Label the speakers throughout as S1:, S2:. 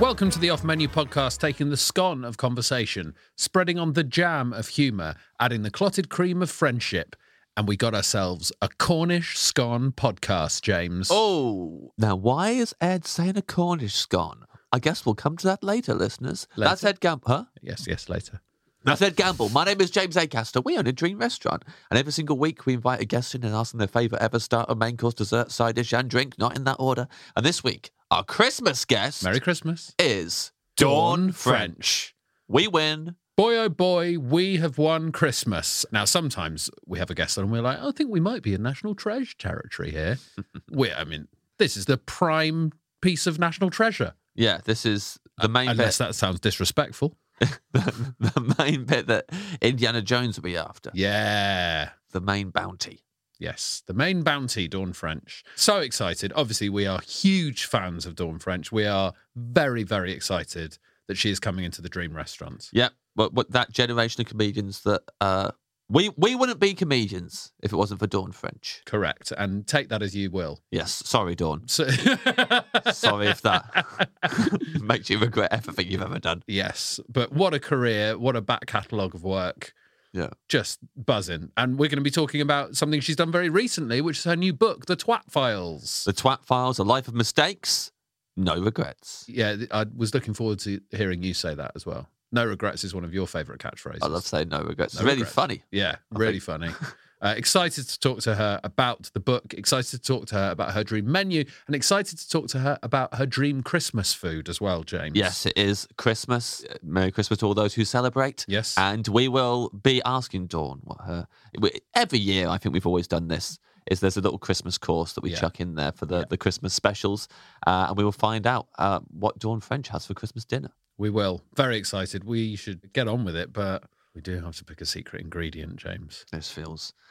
S1: Welcome to the Off Menu podcast, taking the scone of conversation, spreading on the jam of humour, adding the clotted cream of friendship, and we got ourselves a Cornish scone podcast, James.
S2: Oh, now why is Ed saying a Cornish scone? I guess we'll come to that later, listeners. That's
S1: Later.
S2: Ed Gamble. Huh?
S1: yes, yes, later.
S2: That's Ed Gamble. My name is James Acaster. We own a dream restaurant, and every single week we invite a guest in and ask them their favourite ever starter, main course, dessert, side dish, and drink, not in that order. And this week, our Christmas guest
S1: Merry Christmas.
S2: is
S1: Dawn
S2: Dawn French. We win.
S1: Boy, oh boy, we have won Christmas. Now, sometimes we have a guest on and we're like, I think we might be in national treasure territory here. we, I mean, this is the prime piece of national treasure.
S2: Yeah, this is the main
S1: Unless
S2: bit.
S1: that sounds disrespectful.
S2: the main bit that Indiana Jones will be after.
S1: Yeah.
S2: The main bounty.
S1: Yes, the main bounty, Dawn French. So excited. Obviously, we are huge fans of Dawn French. We are very, very excited that she is coming into the Dream Restaurant.
S2: Yeah, but what that generation of comedians that uh, we we wouldn't be comedians if it wasn't for Dawn French.
S1: Correct. And take that as you will.
S2: Yes, sorry, Dawn.
S1: So-
S2: Sorry if that makes you regret everything you've ever done.
S1: yes, but what a career. What a back catalogue of work.
S2: Yeah.
S1: Just buzzing. And we're going to be talking about something she's done very recently, which is her new book, The Twat Files.
S2: The Twat Files: A Life of Mistakes, No Regrets.
S1: Yeah, th- I was looking forward to hearing you say that as well. No regrets is one of your favourite catchphrases.
S2: I love saying no regrets. It's
S1: No
S2: really
S1: regrets.
S2: funny.
S1: Yeah, really funny. Uh, excited to talk to her about the book, excited to talk to her about her dream menu, and excited to talk to her about her dream Christmas food as well, James.
S2: Yes, it is Christmas. Merry Christmas to all those who celebrate.
S1: Yes.
S2: And we will be asking Dawn what her. we- Every year, I think we've always done this, is there's a little Christmas course that we
S1: Yeah.
S2: chuck in there for the, the Christmas specials. Uh, and we will find out uh, what Dawn French has for Christmas dinner.
S1: We will. Very excited. We should get on with it, but we do have to pick a secret ingredient, James.
S2: This feels.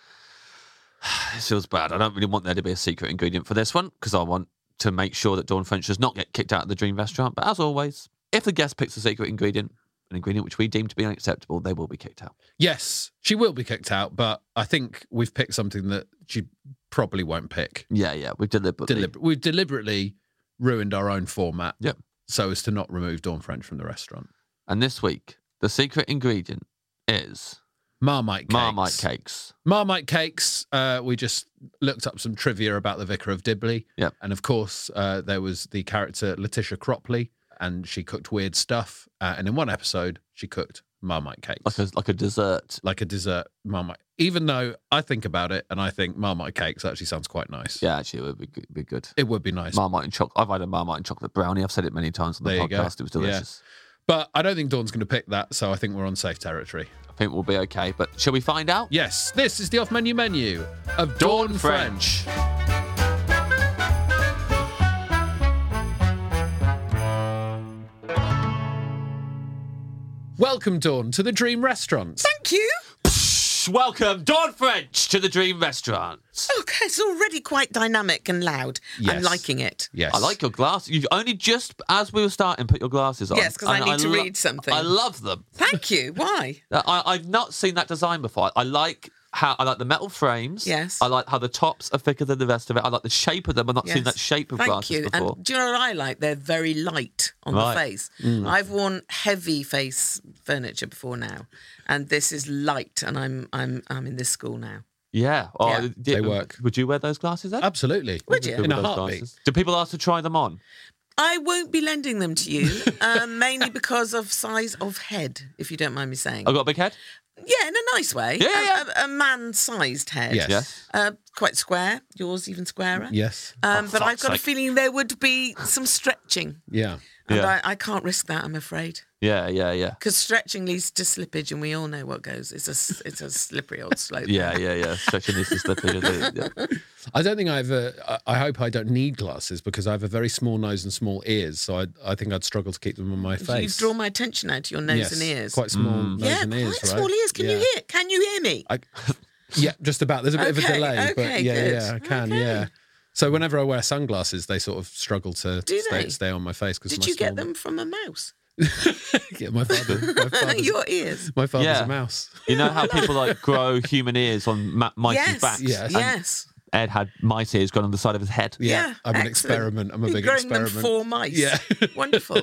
S2: This feels bad. I don't really want there to be a secret ingredient for this one because I want to make sure that Dawn French does not get kicked out of the dream restaurant. But as always, if the guest picks a secret ingredient, an ingredient which we deem to be unacceptable, they will be kicked out.
S1: Yes, she will be kicked out, but I think we've picked something that she probably won't pick.
S2: Yeah, yeah, we've deliberately.
S1: Deliber- we've deliberately ruined our own format
S2: Yep.
S1: so as to not remove Dawn French from the restaurant.
S2: And this week, the secret ingredient is
S1: Marmite cakes.
S2: Marmite cakes.
S1: Marmite cakes. Uh, we just looked up some trivia about the Vicar of Dibley.
S2: Yep.
S1: And of course, uh, there was the character Letitia Cropley, and she cooked weird stuff. Uh, and in one episode, she cooked Marmite cakes,
S2: Like a like a dessert.
S1: like a dessert Marmite. Even though I think about it, and I think Marmite cakes actually sounds quite nice.
S2: Yeah, actually, it would be good. Be good.
S1: It would be nice.
S2: Marmite and chocolate. I've had a Marmite and chocolate brownie. I've said it many times on the
S1: There you go.
S2: podcast. It was
S1: Yeah.
S2: delicious.
S1: but I don't think Dawn's going to pick that, so I think we're on safe territory.
S2: I think we'll be okay. But shall we find out?
S1: Yes, this is the off menu menu of Dawn,
S2: Dawn
S1: French.
S2: French.
S1: Welcome, Dawn, to the Dream Restaurant.
S3: Thank you.
S2: Welcome, Dawn French, to the Dream Restaurant.
S3: Okay, it's already quite dynamic and loud. I'm
S1: Yes.
S3: liking it.
S1: Yes.
S2: I like your glasses. You've only just, as we were starting, put your glasses on.
S3: Yes, 'cause I
S2: And
S3: need to
S2: lo-
S3: read something.
S2: I love them.
S3: Thank you. Why?
S2: I, I've not seen that design before. I like how I like the metal frames.
S3: Yes.
S2: I like how the tops are thicker than the rest of it. I like the shape of them. I've not seen that shape of
S3: Thank
S2: glasses
S3: you.
S2: before.
S3: And do you know what I like? They're very light on
S2: Right. Mm.
S3: the face. I've worn heavy face furniture before now, and this is light. And I'm I'm I'm in this school now.
S2: yeah. Oh,
S3: Yeah.
S2: d-
S1: They work.
S2: Would you wear those glasses then?
S1: Absolutely.
S3: Would you?
S1: In
S2: With
S1: a
S2: those
S1: heartbeat.
S2: glasses? Do people ask to try them on?
S3: I won't be lending them to you, um, mainly because of size of head, if you don't mind me saying.
S2: I've got a big head.
S3: Yeah, in a nice way.
S2: Yeah, yeah,
S3: A, a, a man-sized head.
S1: Yes.
S2: Yes.
S3: Uh, quite square. Yours even squarer.
S1: Yes.
S3: Um,
S2: Oh,
S3: but I've
S2: fuck's
S3: got a
S2: sake.
S3: feeling there would be some stretching,
S1: Yeah.
S3: and
S2: Yeah.
S3: I, I can't risk that. I'm afraid
S2: Yeah, yeah, yeah.
S3: because stretching leads to slippage, and we all know what goes. It's a s- it's a slippery old slope.
S2: Yeah, yeah, yeah. Stretching this is the yeah.
S1: I don't think I've. Uh, I- I hope I don't need glasses because I have a very small nose and small ears, so I, I think I'd struggle to keep them on my face.
S3: You've drawn my attention now to your nose
S1: Yes,
S3: and ears.
S1: Quite small
S2: Mm.
S1: nose
S3: yeah,
S1: and
S3: quite
S1: ears, right?
S3: small ears. Can you
S1: Yeah.
S3: hear? Can you hear me?
S1: I, yeah, just about. There's a bit of a
S3: Okay,
S1: delay, but
S3: okay,
S1: yeah,
S3: good.
S1: yeah, I can,
S3: Okay.
S1: yeah. So whenever I wear sunglasses, they sort of struggle to
S3: Do
S1: stay,
S3: they?
S1: stay on my face because
S3: Did you get them from a mouse?
S1: Yeah, my father, my father's,
S3: your ears.
S1: my father's
S2: Yeah.
S1: a mouse.
S2: You know how people like grow human ears on Ma- Mikey's
S3: yes.
S2: back?
S1: Yes.
S3: Yes. Yes.
S2: Ed had mice ears gone on the side of his head.
S1: Yeah,
S3: Yeah,
S1: I'm an
S3: excellent.
S1: experiment. I'm a
S3: You're
S1: big
S3: growing them
S1: experiment.
S3: for mice.
S1: Yeah.
S3: Wonderful.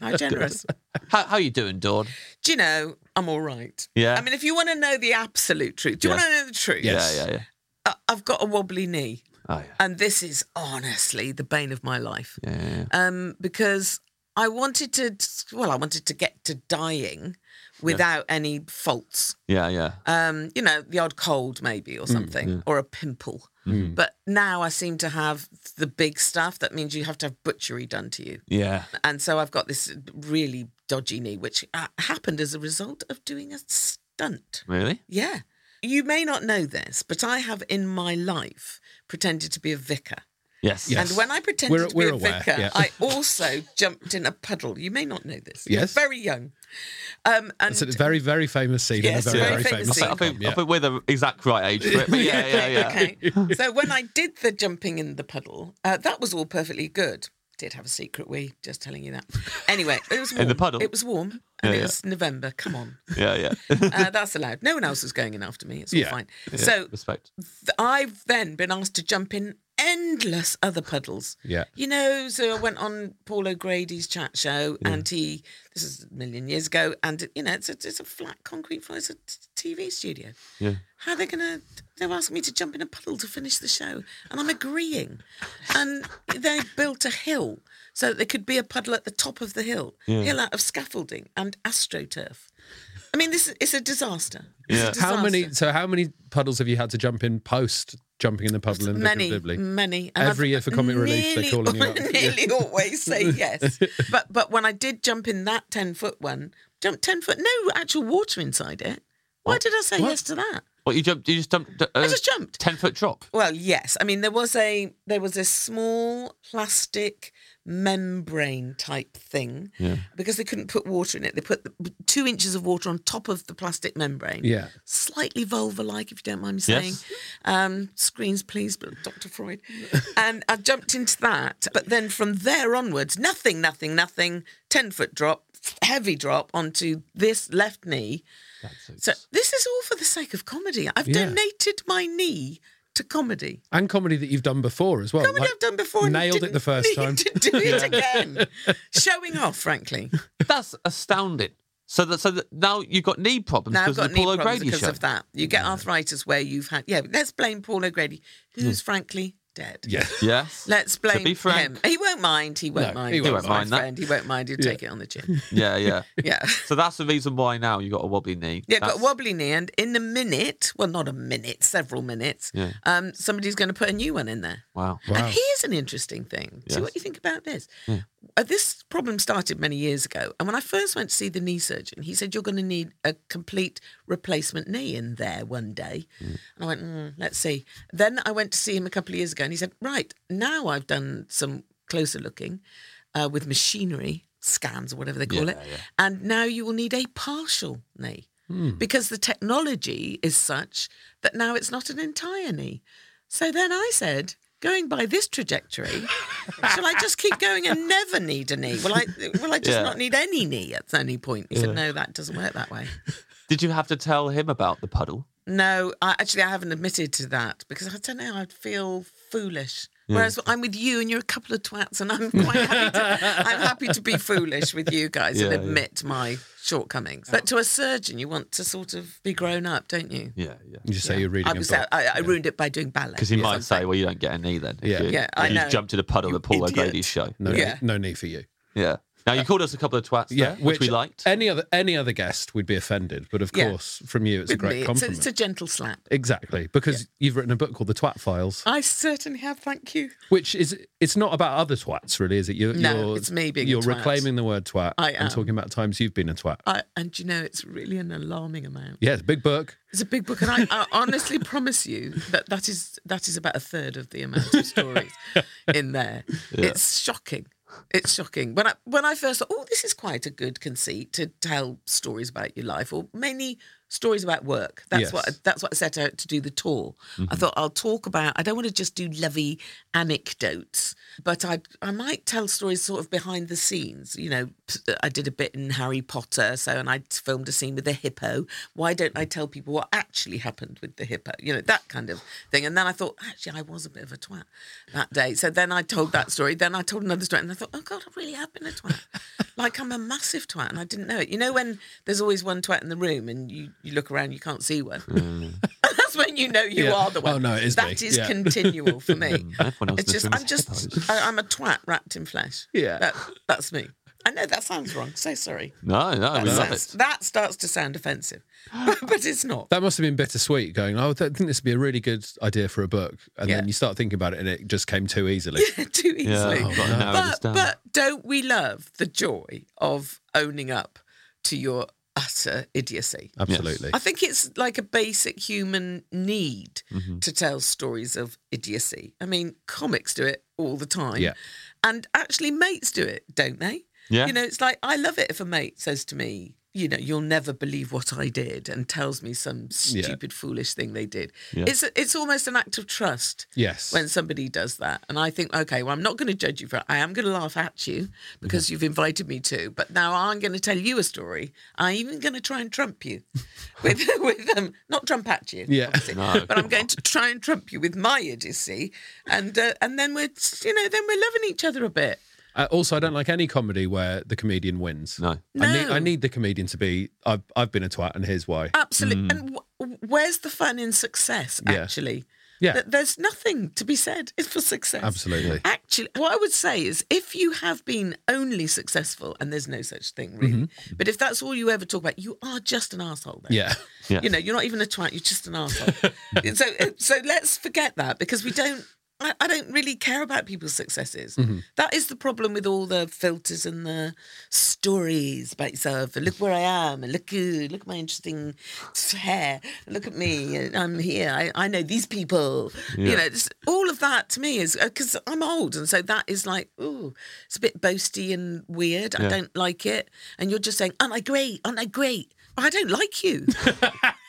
S3: How generous.
S2: How, how you doing, Dawn?
S3: Do you know, I'm all right.
S2: Yeah.
S3: I mean, if you want to know the absolute truth, do you
S2: Yes.
S3: want to know the truth?
S1: Yes.
S2: Yeah, yeah, yeah.
S3: I- I've got a wobbly knee.
S2: Oh, yeah.
S3: And this is honestly the bane of my life.
S2: Yeah, yeah, yeah.
S3: Um, because I wanted to, well, I wanted to get to dying without any faults.
S2: yeah, yeah.
S3: Um, you know, the odd cold maybe
S2: Mm,
S3: or something, or a pimple. But now I seem to have the big stuff that means you have to have butchery done to you.
S2: Yeah.
S3: And so I've got this really dodgy knee, which uh, happened as a result of doing a stunt.
S2: Really?
S3: Yeah. You may not know this, but I have in my life pretended to be a vicar.
S2: Yes.
S1: Yes.
S3: And when I pretended
S1: We're-
S3: to be
S1: we're
S3: a
S1: aware,
S3: vicar,
S1: yeah.
S3: I also jumped in a puddle. You may not know this.
S1: Yes.
S3: You're very young. Um, and
S1: It's a very, very famous scene
S3: Yes,
S1: in a very,
S3: very
S1: very, famous,
S3: famous scene.
S2: I think,
S1: sitcom, yeah.
S2: I think we're the exact right age for it. But yeah, yeah, yeah.
S3: okay. So when I did the jumping in the puddle, uh, that was all perfectly good. Did have a secret wee, just telling you that. Anyway, it was warm.
S2: the puddle?
S3: It was warm,
S2: Yeah,
S3: and it
S2: yeah.
S3: was November. Come on,
S2: Yeah, yeah.
S3: uh, that's allowed. No one else was going in after me. It's all
S1: Yeah.
S3: fine. So
S2: Respect.
S3: th- I've then been asked to jump in endless other puddles.
S1: Yeah.
S3: You know, so I went on Paul O'Grady's chat show, and he, this is a million years ago, and, you know, it's a, it's a flat concrete floor, it's a t- TV studio.
S2: Yeah.
S3: How are they going to, they're asking me to jump in a puddle to finish the show, and I'm agreeing. And they built a hill so that there could be a puddle at the top of the hill, hill out of scaffolding and astroturf. I mean, this is it's a disaster. It's a
S2: Yeah.
S1: How many?
S3: disaster.
S1: So how many puddles have you had to jump in post jumping in the puddle in
S3: many,
S1: Vicar Dibley?
S3: many.
S1: Every year for comic relief, they're calling you up.
S3: I nearly always say yes. But but when I did jump in that ten foot one, jump ten foot, no actual water inside it. Why did I say yes to that?
S2: What you jumped? You just jumped. Uh,
S3: I just jumped.
S2: Ten foot drop.
S3: Well, yes. I mean, there was a there was a small plastic membrane type thing
S2: Yeah.
S3: because they couldn't put water in it. They put the, two inches of water on top of the plastic membrane.
S1: Yeah.
S3: slightly vulva-like, if you don't mind me saying.
S2: Yes.
S3: Um, screens, please, but Dr. Freud. and I jumped into that, but then from there onwards, nothing, nothing, nothing. Ten foot drop, heavy drop onto this left knee. So this is all for the sake of comedy. I've
S1: Yeah.
S3: donated my knee to comedy.
S1: And comedy that you've done before as well.
S3: Comedy
S1: like-
S3: I've done before. and
S1: Oh, Nailed it
S3: didn't
S1: the first
S3: need
S1: time.
S3: To do it again, showing off, frankly.
S2: That's astounding. So that so that now you've got knee problems
S3: Now I've
S2: because
S3: got
S2: of the
S3: knee
S2: Paul
S3: problems
S2: O'Grady
S3: because
S2: show.
S3: of that. You get arthritis where you've had. Yeah, let's blame Paul O'Grady, who's frankly dead.
S1: Yeah.
S2: Yes.
S3: Let's blame
S2: be frank.
S3: him. He won't mind. He won't
S1: No,
S3: mind.
S1: he won't
S3: He's my
S2: mind that.
S3: friend. He won't mind. He'll take it on the chin.
S2: yeah, yeah.
S3: Yeah.
S2: So that's the reason why now you got a wobbly knee.
S3: Yeah, got
S2: That's-
S3: a wobbly knee, and in a minute, well, not a minute, several minutes,
S2: Yeah.
S3: um, somebody's going to put a new one in there.
S2: Wow. Hmm.
S1: Wow.
S3: And here's an interesting thing. See what you think about this. Uh, This problem started many years ago. And when I first went to see the knee surgeon, he said, You're going to need a complete replacement knee in there one day.
S2: Hmm.
S3: And I went, mm, Let's see. Then I went to see him a couple of years ago and he said, Right, now I've done some closer looking uh, with machinery. scans or whatever they call
S2: Yeah,
S3: it.
S2: yeah. Hmm.
S3: And now you will need a partial knee because the technology is such that now it's not an entire knee. So then I said, going by this trajectory, shall I just keep going and never need a knee? Will I, will I just
S2: Yeah.
S3: not need any knee at any point? He said, no, that doesn't work that way.
S2: Did you have to tell him about the puddle?
S3: No, I, actually, I haven't admitted to that because I don't know. I'd feel foolish.
S1: Hmm.
S3: Whereas I'm with you, and you're a couple of twats, and I'm quite happy. To, I'm happy to be foolish with you guys
S2: Yeah,
S3: and
S2: yeah.
S3: admit my shortcomings. But to a surgeon, you want to sort of be grown up, don't you?
S2: Yeah, yeah.
S1: You just say you're reading
S3: I
S1: a
S3: was.
S1: book.
S3: I, I ruined it by doing ballet
S2: Because he
S3: or
S2: might say,
S3: something.
S2: well, you don't get a knee then. if
S1: Yeah.
S2: you,
S3: Yeah, I
S2: if you
S3: know.
S2: jumped in a puddle
S3: You
S2: at Paul
S3: idiot.
S2: O'Grady's show.
S1: no,
S3: yeah.
S1: no need for you.
S2: Yeah. Now, you called us a couple of twats, though,
S1: Yeah, Uh,
S2: which, we liked.
S1: Any other any other guest, we'd be offended, but of
S3: Yeah.
S1: course, from you, it's a
S3: With
S1: great
S3: me, it's a,
S1: compliment.
S3: it's a gentle slap.
S1: Exactly, because you've written a book called The Twat Files,
S3: I certainly have. Thank you.
S1: which is it's not about other twats, really, is it? You're,
S3: No,
S1: you're,
S3: it's me being a
S1: You're
S3: twat.
S1: reclaiming the word twat
S3: I
S1: and
S3: am.
S1: talking about times you've been a twat.
S3: I, and you know, it's really an alarming amount.
S1: Yeah, it's a big book.
S3: It's a big book, and I, I honestly promise you that that is that is about a third of the amount of stories in there. It's shocking. It's shocking. When I when I first thought, oh, this is quite a good conceit to tell stories about your life, or mainly stories about work. That's
S1: Yes.
S3: what I, that's what I set out to do. The tour. I thought I'll talk about. I don't want to just do lovey anecdotes, but I I might tell stories sort of behind the scenes. You know, uh, I did a bit in Harry Potter, so and I filmed a scene with a hippo. Why don't I tell people what actually happened with the hippo? You know, that kind of thing. And then I thought, actually, I was a bit of a twat that day. So then I told that story. Then I told another story, and I thought, oh god, I really have been a twat. like I'm a massive twat, and I didn't know it. You know, when there's always one twat in the room, and you you look around, you can't see one. That's when you know you
S1: Yeah.
S3: are the one.
S1: Oh, no, it is me.
S3: That is
S1: Yeah.
S3: continual for me.
S2: Everyone else
S3: It's
S2: in this
S3: just,
S2: room
S3: I'm
S2: is
S3: just,
S2: hippos.
S3: I, I'm a twat wrapped in flesh.
S1: Yeah.
S3: That, that's me. I know that sounds wrong. So sorry.
S2: No, no,
S3: That,
S2: we love
S3: sounds-
S2: it.
S3: that starts to sound offensive, but it's not.
S1: That must have been bittersweet. Going, oh, I think this would be a really good idea for a book, and
S3: Yeah.
S1: then you start thinking about it, and it just came too easily.
S3: too easily.
S2: I've
S1: Oh,
S2: got to narrow this
S3: but,
S2: down.
S3: but don't we love the joy of owning up to your utter idiocy?
S1: Absolutely.
S3: I think it's like a basic human need to tell stories of idiocy. I mean, comics do it all the time.
S1: Yeah.
S3: And actually, mates do it, don't they?
S2: Yeah.
S3: You know, it's like, I love it if a mate says to me, you know, you'll never believe what I did and tells me some
S1: Yeah.
S3: stupid, foolish thing they did.
S2: Yeah.
S3: It's, it's almost an act of trust
S1: Yes.
S3: when somebody does that. And I think, okay, well, I'm not going to judge you for it. I am going to laugh at you because you've invited me to. But now I'm going to tell you a story. I'm even going to try and trump you with, with um, not trump at you,
S1: Yeah.
S3: obviously, but I'm going to try and trump you with my idiocy. And, uh, and then we're, you know, then we're loving each other a bit.
S1: Uh, also, I don't like any comedy where the comedian wins.
S2: No.
S1: I need,
S3: No. Uh,
S1: I need the comedian to be. I've I've been a twat, and here's why.
S3: Absolutely. And w- where's the fun in success,
S1: Mm. Yeah.
S3: actually?
S1: Yeah.
S3: Th- There's nothing to be said for success.
S1: Absolutely.
S3: Actually, what I would say is if you have been only successful, and there's no such thing really, but if that's all you ever talk about, you are just an asshole. Then.
S1: Mm-hmm. Yeah.
S2: Yeah.
S3: You know, you're not even a twat, you're just an asshole. so, uh, so let's forget that because we don't. I, I don't really care about people's successes. That is the problem with all the filters and the stories about yourself. And look where I am. And look, ooh, look at my interesting hair. Look at me. and I'm here. I, I know these people. You know, it's, all of that to me is because I'm old, and so that is like, ooh, it's a bit boasty and weird. I don't like it. And you're just saying, "Aren't I great? Aren't I great?" I don't like you.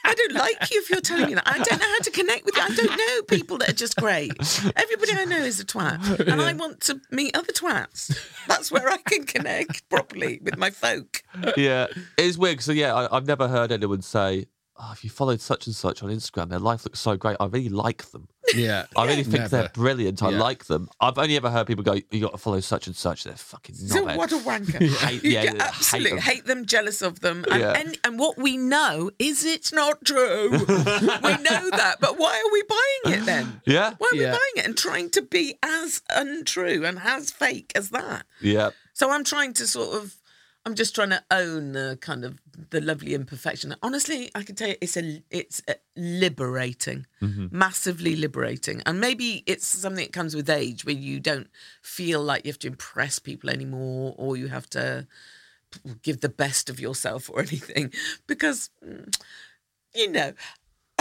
S3: I don't like you if you're telling me that. I don't know how to connect with you. I don't know people that are just great. Everybody I know is a twat. And I want to meet other twats. That's where I can connect properly with my folk.
S2: yeah, it's weird. So yeah, I, I've never heard anyone say, "Oh, if you followed such and such on Instagram, their life looks so great. I really like them.
S1: Yeah.
S2: I really think
S1: Never.
S2: they're brilliant. I
S1: Yeah.
S2: like them." I've only ever heard people go, "You got to follow such and such. They're fucking
S3: So
S2: knobhead."
S3: what a wanker.
S2: Hate-
S3: you
S2: yeah,
S3: get
S2: yeah, hate
S3: absolutely hate
S2: them.
S3: them. jealous of them. And,
S2: Yeah.
S3: and, and what we know is it's not true. we know that, but why are we buying it then?
S2: Yeah.
S3: Why are we
S1: Yeah.
S3: buying it and trying to be as untrue and as fake as that?
S2: yeah,
S3: So I'm trying to sort of, I'm just trying to own the kind of the lovely imperfection. Honestly, I can tell you, it's a, it's a liberating, massively liberating, and maybe it's something that comes with age where you don't feel like you have to impress people anymore, or you have to give the best of yourself or anything, because mm, you know.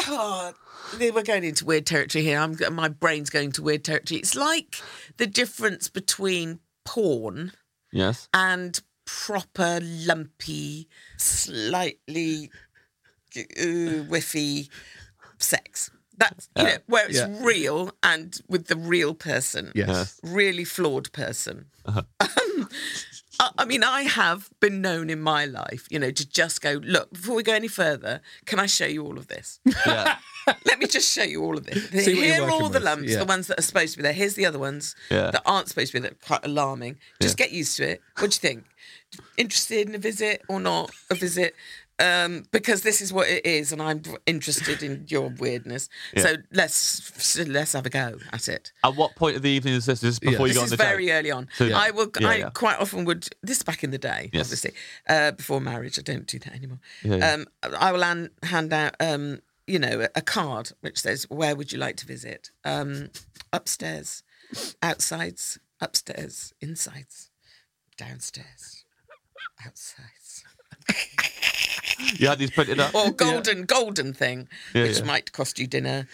S3: Oh, we're going into weird territory here. I'm my brain's going to weird territory. It's like the difference between porn
S2: yes,
S3: and proper lumpy, slightly ooh, whiffy sex. That's you know where it's
S1: Yeah.
S3: real and with the real person
S1: Yes.
S3: really flawed person. Um, I, I mean, I have been known in my life, you know, to just go, look, before we go any further, can I show you all of this?
S2: Yeah.
S3: Let me just show you all of this.
S1: See what you're
S3: Here are
S1: working
S3: all the
S1: with,
S3: lumps,
S1: yeah.
S3: the ones that are supposed to be there. Here's the other ones
S2: Yeah.
S3: that aren't supposed to be there, quite alarming. Just get used to it. What do you think? Interested in a visit or not a visit? Um, because this is what it is, and I'm interested in your weirdness. So let's let's have a go at it
S2: At what point of the evening is this? Is this before you
S3: this
S2: go on
S3: is
S2: the
S3: very
S2: date?
S3: early on.
S2: So- Yeah.
S3: I will.
S2: Yeah,
S3: I
S2: yeah.
S3: quite often would. This is back in the day,
S2: Yes.
S3: obviously, uh, before marriage. I don't do that anymore.
S2: Yeah, yeah.
S3: Um, I will hand, hand out, um, you know, a, a card which says, "Where would you like to visit? Um, upstairs, outsides, upstairs, insides, downstairs, outsides."
S2: You had these printed up.
S3: or golden golden thing
S2: Yeah,
S3: which
S2: yeah.
S3: might cost you dinner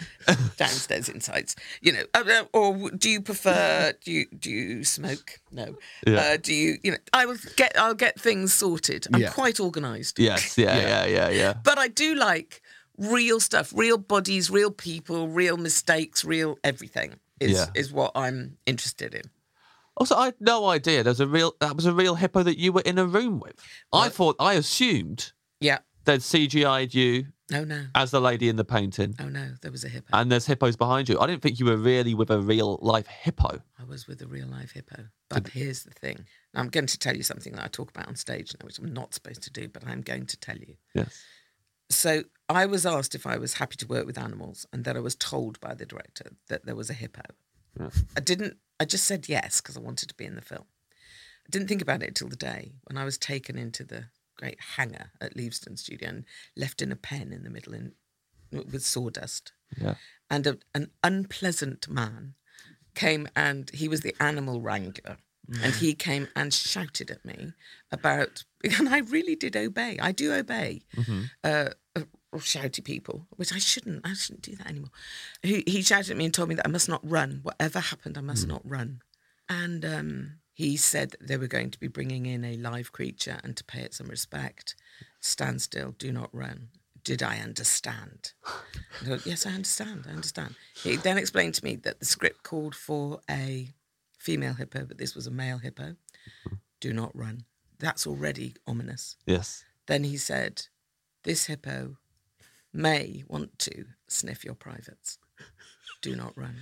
S3: downstairs insides you know uh, uh, or w- do you prefer do you do you smoke no
S2: Yeah.
S3: uh, do you you know i will get i'll get things sorted i'm
S1: Yeah.
S3: quite organized
S2: Yes. Yeah. Yeah. Yeah. Yeah.
S3: but i do like real stuff real bodies real people real mistakes real everything is
S2: Yeah.
S3: is what i'm interested in
S2: Also, I had no idea. There's a real. That was a real hippo that you were in a room with. I thought. I assumed
S3: yeah
S2: they'd CGI'd you
S3: no no
S2: as the lady in the painting,
S3: oh no there was a hippo
S2: and there's hippos behind you. I didn't think you were really with a real life hippo.
S3: I was with a real live hippo. But here's the thing. I'm going to tell you something that I talk about on stage now, which I'm not supposed to do, but I'm going to tell you.
S2: Yes.
S3: So I was asked if I was happy to work with animals, and then I was told by the director that there was a hippo. I didn't. I just said yes because I wanted to be in the film. I didn't think about it till the day when I was taken into the great hangar at Leavesden Studio and left in a pen in the middle in, with sawdust
S2: Yeah.
S3: and a, an unpleasant man came and he was the animal wrangler and he came and shouted at me about and i really did obey i do obey uh, uh, shouty people which i shouldn't i shouldn't do that anymore he, he shouted at me and told me that i must not run whatever happened i must not run and um, he said that they were going to be bringing in a live creature and to pay it some respect stand still do not run did i understand I go, yes, I understand. I understand. He then explained to me that the script called for a female hippo, but this was a male hippo. Do not run. That's already ominous.
S2: Yes.
S3: Then he said, This hippo may want to sniff your privates. Do not run.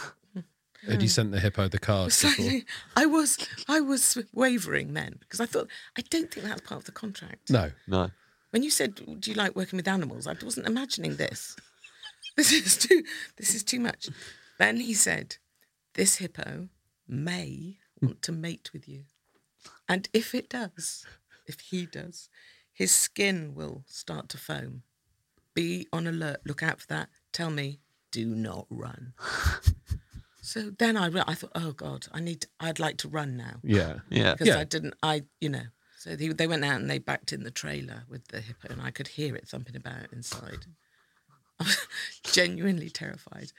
S1: And you
S3: Hmm.
S1: sent the hippo the card before.
S3: Slightly- I was I was wavering then because I thought I don't think that's part of the contract.
S1: No.
S2: No.
S3: When you said, "Do you like working with animals?" I wasn't imagining this. This is too. This is too much. Then he said, "This hippo may want to mate with you, and if it does, if he does, his skin will start to foam. Be on alert. Look out for that. Tell me, do not run." so then I, re- I thought, "Oh God, I need. I'd like to run now."
S1: Yeah.
S2: Yeah.
S3: because
S1: Yeah.
S3: I didn't. I you know. So they, they went out and they backed in the trailer with the hippo, and I could hear it thumping about inside. I was genuinely terrified.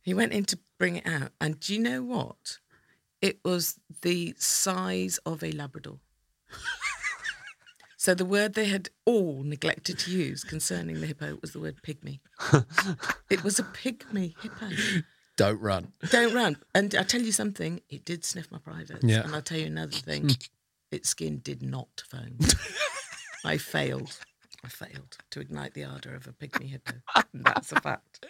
S3: He went in to bring it out, and do you know what? It was the size of a Labrador. so the word they had all neglected to use concerning the hippo was the word pygmy. it was a pygmy hippo
S1: Don't run.
S3: don't run. And I tell you something, it did sniff my privates.
S1: Yeah.
S3: And I'll tell you another thing,
S2: Hmm.
S3: its skin did not foam. I failed. I failed to ignite the ardour of a pygmy hippo. And that's a fact.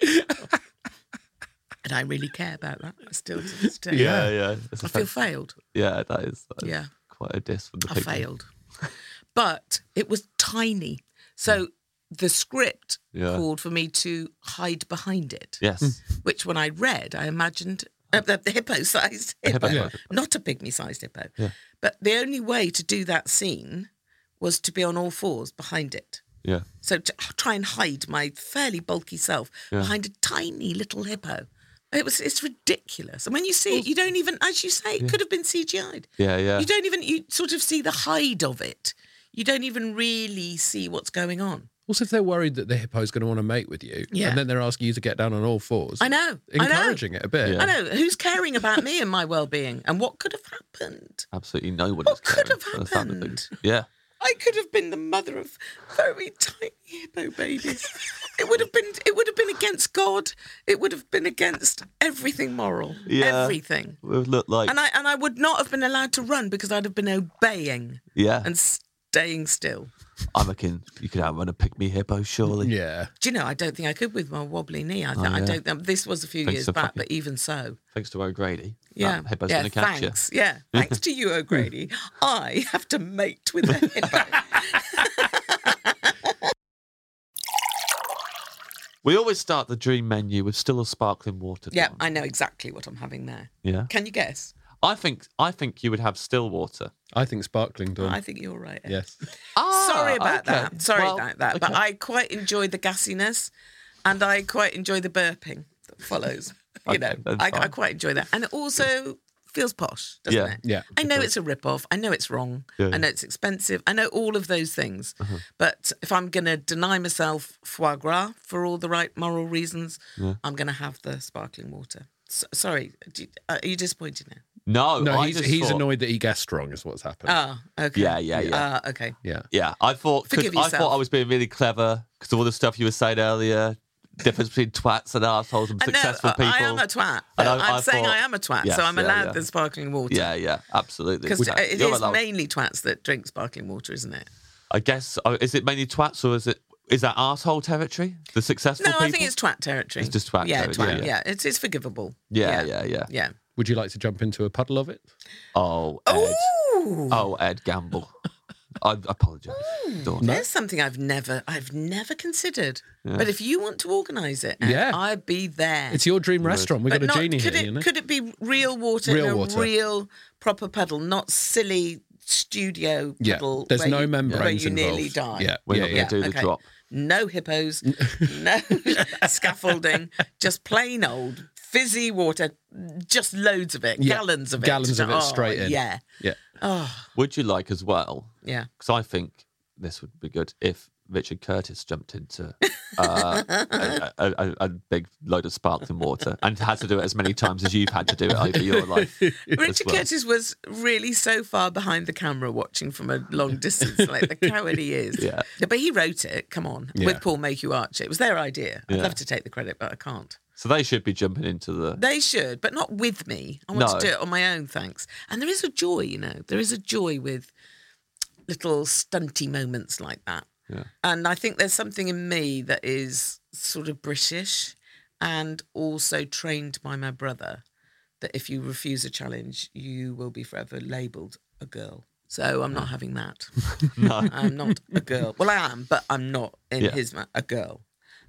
S3: and I really care about that. I still to this day.
S2: Yeah. Yeah. It's
S3: I
S2: a
S3: feel
S2: fact.
S3: failed.
S2: yeah. That is. That is
S3: Yeah.
S2: Quite a diss for the
S3: I
S2: pig.
S3: failed. But it was tiny. So the script
S2: Hmm. Yeah.
S3: called for me to hide behind it
S2: Yes.
S3: which when I read, I imagined uh, the, the hippo-sized hippo,
S2: hippo.
S3: not a pygmy-sized hippo. But the only way to do that scene was to be on all fours behind it.
S2: Yeah.
S3: So to h- try and hide my fairly bulky self behind a tiny little hippo. It was it's ridiculous. And when you see it, you don't even, as you say, it could have been CGI'd.
S2: Yeah. Yeah.
S3: You don't even you sort of see the hide of it. You don't even really see what's going on.
S1: Also, if they're worried that the hippo's going to want to mate with you,
S3: Yeah.
S1: and then they're asking you to get down on all fours,
S3: I know. I know.
S1: encouraging it a bit.
S2: Yeah.
S3: I know who's caring about me and my well-being, and what could have happened.
S2: Absolutely no one
S3: What
S2: is
S3: could
S2: caring
S3: have
S2: for the sound of things.
S3: happened?
S2: Yeah.
S3: I could have been the mother of very tiny hippo babies. It would have been. It would have been against God. It would have been against everything moral.
S2: Yeah.
S3: Everything.
S2: It would look like.
S3: And I and I would not have been allowed to run because I'd have been obeying
S2: yeah.
S3: and staying still.
S2: I reckon you could outrun a pygmy hippo, surely.
S1: Yeah.
S3: Do you know? I don't think I could with my wobbly knee. I, th- I
S2: Oh, yeah.
S3: don't. Um, this was a few
S2: Thanks
S3: years
S2: for
S3: back,
S2: fucking-
S3: but even so,
S2: Thanks to O'Grady.
S3: yeah.
S2: That hippo's
S3: yeah,
S2: going to catch
S3: thanks. Yeah, thanks to you, O'Grady. I have to mate with a hippo.
S2: you. We always start the dream menu with still a sparkling water.
S3: yeah,
S2: Dawn.
S3: I know exactly what I'm having there.
S2: yeah.
S3: Can you guess?
S2: I think I think you would have still water.
S1: I think sparkling dawn.
S3: I think you're right. Ed.
S1: yes.
S3: Sorry
S2: Ah,
S3: about
S2: okay.
S3: that. Sorry
S2: Well,
S3: about that. But
S2: okay.
S3: I quite enjoy the gassiness and I quite enjoy the burping that follows. You
S2: Okay,
S3: know,
S2: that's
S3: I, I
S2: fine.
S3: quite enjoy that. And it also feels posh, doesn't
S2: Yeah,
S3: it?
S1: yeah,
S3: I know it's a rip off. I know it's wrong.
S2: Yeah, Uh-huh. yeah.
S3: I know it's expensive. I know all of those things. But if I'm going to deny myself foie gras for all the right moral reasons, I'm going to have the sparkling water. So, sorry, do you, are you disappointed now?
S2: no,
S1: No,
S2: I
S1: he's,
S2: just
S1: he's
S2: thought-
S1: annoyed that he guessed wrong, is what's happened.
S3: Ah, okay.
S2: Yeah, yeah, yeah.
S3: Ah, okay.
S1: yeah.
S2: Yeah, I thought 'cause
S3: Forgive
S2: I
S3: yourself.
S2: thought I was being really clever because of all the stuff you were saying earlier. Difference between twats and assholes and
S3: I know,
S2: successful
S3: I-
S2: people.
S3: I am a twat.
S2: And
S3: I'm
S2: I- I
S3: saying
S2: thought-
S3: I am a twat,
S2: Yes,
S3: so I'm
S2: yeah,
S3: allowed
S2: yeah.
S3: the sparkling water.
S2: Yeah, yeah, absolutely.
S3: Because
S2: So
S3: it
S2: you're
S3: is
S2: allowed-
S3: mainly twats that drink sparkling water, isn't it?
S2: I guess oh, is it mainly twats or is it is that asshole territory? The successful
S3: No,
S2: people.
S3: I think it's twat territory.
S2: It's just twat
S3: yeah,
S2: territory,
S3: Twat,
S2: yeah.
S3: yeah, It's, it's forgivable.
S2: Yeah, yeah,
S3: yeah.
S2: yeah.
S3: yeah.
S1: Would you like to jump into a puddle of it?
S2: Oh, Ed.
S3: Oh,
S2: Oh, Ed Gamble. I apologise. Dawn.
S3: there's something I've never, I've never considered. But if you want to organise it, Ed,
S1: Yeah.
S3: I'd be there.
S1: It's your dream restaurant. We've
S3: But
S1: got a
S3: not-
S1: genie
S3: could
S1: here,
S3: it,
S1: you know?
S3: Could it be real water
S1: Real
S3: in a
S1: water.
S3: real proper puddle, not silly studio
S1: yeah.
S3: puddle?
S1: There's
S3: where
S1: no
S3: you,
S1: membranes
S3: where you
S1: involved.
S3: nearly die.
S1: Yeah,
S2: We're
S1: yeah,
S2: not
S1: yeah.
S2: gonna do the
S3: okay.
S2: drop.
S3: No hippos, no scaffolding, just plain old fizzy water, just loads of it,
S1: Yeah,
S3: gallons of it.
S1: gallons of it
S3: Oh,
S1: straight in.
S3: Yeah.
S1: Yeah.
S3: Oh,
S2: Would you like as well?
S3: yeah.
S2: Because I think this would be good if Richard Curtis jumped into uh, a, a, a, a big load of sparkling water and had to do it as many times as you've had to do it over your life.
S3: Richard Curtis was really so far behind the camera watching from a long distance, like the coward he is.
S2: Yeah.
S3: But he wrote it, come on,
S1: Yeah.
S3: with Paul Mayhew Archer. It was their idea. I'd
S2: Yeah.
S3: love to take the credit, but I can't.
S2: So they should be jumping into the.
S3: They should, but not with me. I want
S2: No.
S3: to do it on my own, thanks. And there is a joy, you know, there is a joy with little stunty moments like that.
S2: Yeah.
S3: And I think there's something in me that is sort of British and also trained by my brother that if you refuse a challenge, you will be forever labelled a girl. So I'm not having that.
S2: No.
S3: I'm not a girl. Well, I am, but I'm not in
S2: Yeah.
S3: his ma- a girl,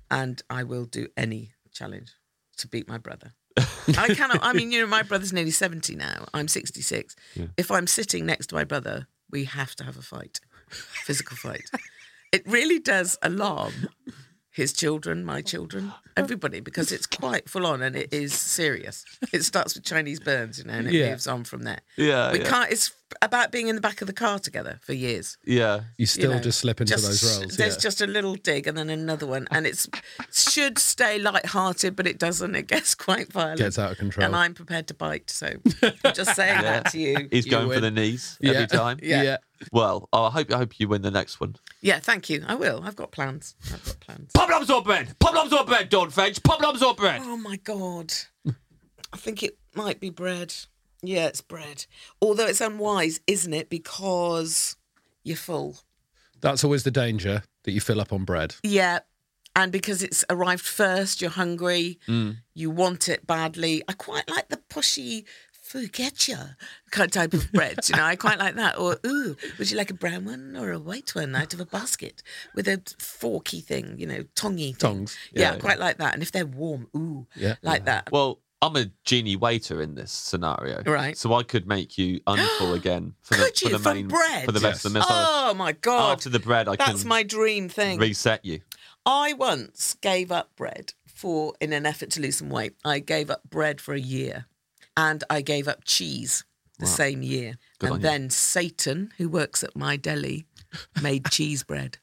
S3: and I will do any challenge to beat my brother. I cannot. I mean, you know, my brother's nearly seventy now. I'm sixty six. If I'm sitting next to my brother, we have to have a fight, physical fight. It really does alarm his children, my children, everybody, because it's quite full on and it is serious. It starts with Chinese burns, you know, and it
S1: Yeah.
S3: moves on from there.
S2: Yeah,
S3: we
S2: yeah.
S3: can't. It's about being in the back of the car together for years
S2: Yeah.
S1: You still
S3: know,
S1: just slip into
S3: just-
S1: those roles.
S3: There's
S1: yeah.
S3: just a little dig and then another one, and it's should stay light-hearted, but it doesn't. It gets quite violent.
S1: Gets out of control.
S3: And I'm prepared to bite, so I'm just saying that to you.
S2: He's
S1: You
S2: going for
S1: win.
S2: the knees every
S1: Yeah.
S2: time.
S1: Yeah. Yeah.
S2: Well, oh, I hope I hope you win the next one.
S3: Yeah, thank you. I will. I've got plans. I've got plans.
S2: Poplums or bread? Poplums or bread, Dawn French? Poplums or bread?
S3: Oh my god, I think it might be bread. Yeah, it's bread. Although it's unwise, isn't it? Because you're full.
S1: That's always the danger that you fill up on bread.
S3: Yeah. And because it's arrived first, you're hungry,
S1: Mm.
S3: you want it badly. I quite like the pushy focaccia kind of type of bread, you know. I quite like that. Or, ooh, would you like a brown one or a white one out of a basket with a forky thing, you know, tongy thing.
S1: Tongs.
S3: Yeah,
S2: Yeah,
S3: I quite like that. And if they're warm, ooh,
S1: Yeah.
S3: like that.
S2: Well, I'm a genie waiter in this scenario,
S3: Right.
S2: So I could make you unfull again for the,
S3: Could
S2: for
S3: you?
S2: the
S3: From
S2: main
S3: bread?
S2: for the rest of the meal. So
S3: oh my God.
S2: after the bread, I
S3: That's
S2: can
S3: my dream thing.
S2: reset you.
S3: I once gave up bread for in an effort to lose some weight. I gave up bread for a year and I gave up cheese the same year.
S2: Good on
S3: and
S2: you.
S3: then Satan, who works at my deli, made cheese bread.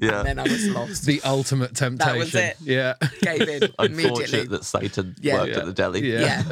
S2: Yeah.
S3: And then I was lost.
S1: The ultimate temptation.
S3: That was it.
S1: Yeah.
S3: Gave in immediately.
S2: Unfortunate that Satan
S3: Yeah.
S2: worked at the deli.
S1: Yeah.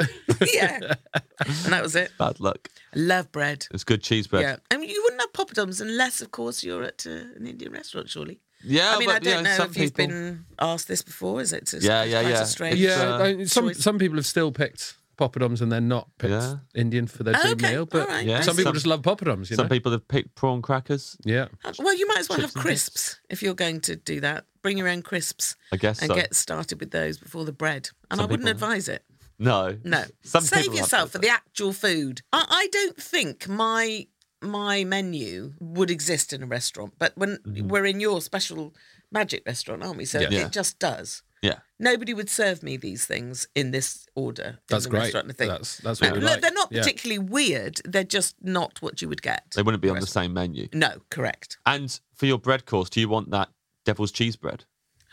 S3: yeah. yeah. And that was it.
S2: Bad luck.
S3: I love bread.
S2: It was good cheese bread.
S3: Yeah. I mean, you wouldn't have poppadoms unless, of course, you're at uh, an Indian restaurant, surely.
S2: Yeah,
S3: I mean,
S2: but,
S3: I don't
S2: yeah,
S3: know
S2: some
S3: if you've
S2: people-
S3: been asked this before. Is it? It's
S2: Yeah, yeah,
S3: quite
S2: yeah.
S3: A strange...
S1: yeah.
S2: uh,
S1: I- some
S3: choice.
S1: some people have still picked poppadoms and then not picked
S2: Yeah.
S1: Indian for their
S3: Oh,
S1: dream
S3: okay.
S1: meal. But
S3: All right.
S2: Yeah.
S1: some people
S2: Some-
S1: just love poppadoms, you
S2: Some
S1: know?
S2: people have picked prawn crackers.
S1: yeah.
S3: Well, you might as well have
S2: Chips and dips.
S3: crisps if you're going to do that. Bring your own crisps.
S2: I guess
S3: And
S2: so.
S3: get started with those before the bread. And
S2: Some
S3: I wouldn't
S2: people-
S3: advise it.
S2: No.
S3: No.
S2: Some
S3: Save
S2: people like
S3: yourself for
S2: that.
S3: the actual food. I, I don't think my my menu would exist in a restaurant, but when we're in your special magic restaurant, aren't we? So
S1: Mm-hmm. Yeah.
S3: it
S2: Yeah.
S3: just does.
S2: Yeah.
S3: Nobody would serve me these things in this order.
S1: That's
S3: in the
S1: great.
S3: Restaurant, I think.
S1: That's- that's what
S3: No,
S1: we
S3: look,
S1: like.
S3: They're not
S1: Yeah.
S3: particularly weird. They're just not what you would get.
S2: They wouldn't be on the same menu.
S3: No, correct.
S2: And for your bread course, do you want that devil's cheese bread?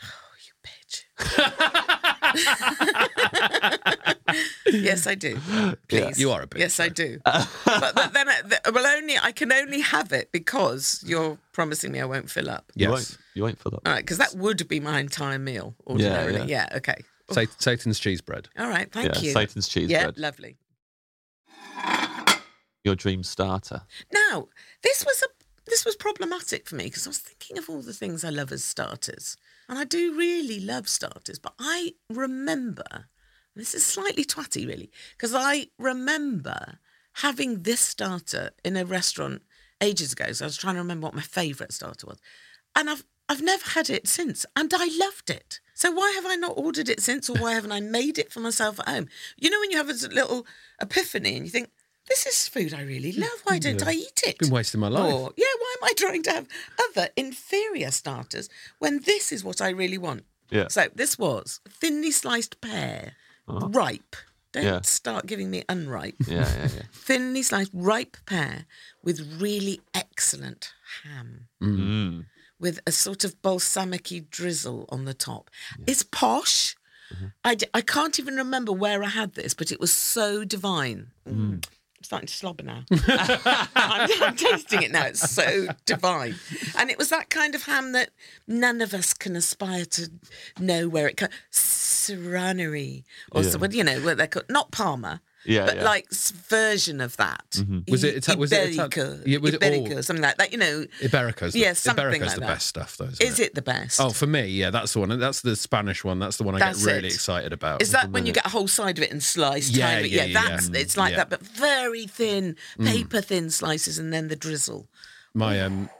S3: Oh, You bitch. yes, I do. Please.
S1: You are a bitch,
S3: Yes, I do. but th- then, I, th- well, only I can only have it because you're promising me I won't fill up.
S1: Yes.
S2: You won't, you won't for that.
S3: All right, because that would be my entire meal ordinarily. Yeah, okay.
S1: Sat- Satan's cheese bread.
S3: All right, thank
S2: Yeah,
S3: you.
S2: Satan's cheese
S3: Yeah,
S2: bread.
S3: lovely.
S2: Your dream starter.
S3: Now, this was a this was problematic for me because I was thinking of all the things I love as starters, and I do really love starters. But I remember, and this is slightly twatty really, because I remember having this starter in a restaurant ages ago. So I was trying to remember what my favourite starter was, and I've I've never had it since, and I loved it. So why have I not ordered it since, or why haven't I made it for myself at home? You know when you have a little epiphany and you think. This is food I really love. Why don't I eat it?
S1: Mm, Been wasting my life.
S3: Or, yeah, why am I trying to have other inferior starters when this is what I really want?
S2: Yeah.
S3: So this was thinly sliced pear,
S1: Uh-huh.
S3: ripe. Don't
S2: Yeah.
S3: start giving me unripe.
S2: Yeah, yeah, yeah.
S3: Thinly sliced ripe pear with really excellent ham. With a sort of balsamic drizzle on the top. It's posh.
S1: Mm-hmm.
S3: I, d- I can't even remember where I had this, but it was so divine. Mm. I'm starting to slobber now. I'm, I'm tasting it now. It's so divine. And it was that kind of ham that none of us can aspire to know where it comes. Serranery or
S2: Yeah.
S3: something, you know, what they're called. Not Parma.
S2: Yeah,
S3: But
S2: yeah.
S3: like s- version of that.
S1: Mm-hmm.
S3: E,
S1: Was it Ita- was it Ita-
S3: Iberico,
S1: Yeah, was it all-
S3: Iberico, something like that. You know,
S1: Iberico's the,
S3: Yeah, something
S1: Iberico's
S3: like
S1: the
S3: that.
S1: best stuff, though. Isn't
S3: is it the best?
S1: Oh, for me, yeah, that's the one. That's the Spanish one. That's the one I
S3: That's
S1: get really
S3: it.
S1: excited about.
S3: Is that when you get a whole side of it and slice?
S1: Yeah,
S3: tiny bit?
S1: yeah,
S3: yeah,
S1: yeah,
S3: That's
S1: yeah.
S3: it's like
S1: Yeah. Mm.
S3: that, but very thin, paper thin slices, and then the drizzle.
S1: my um?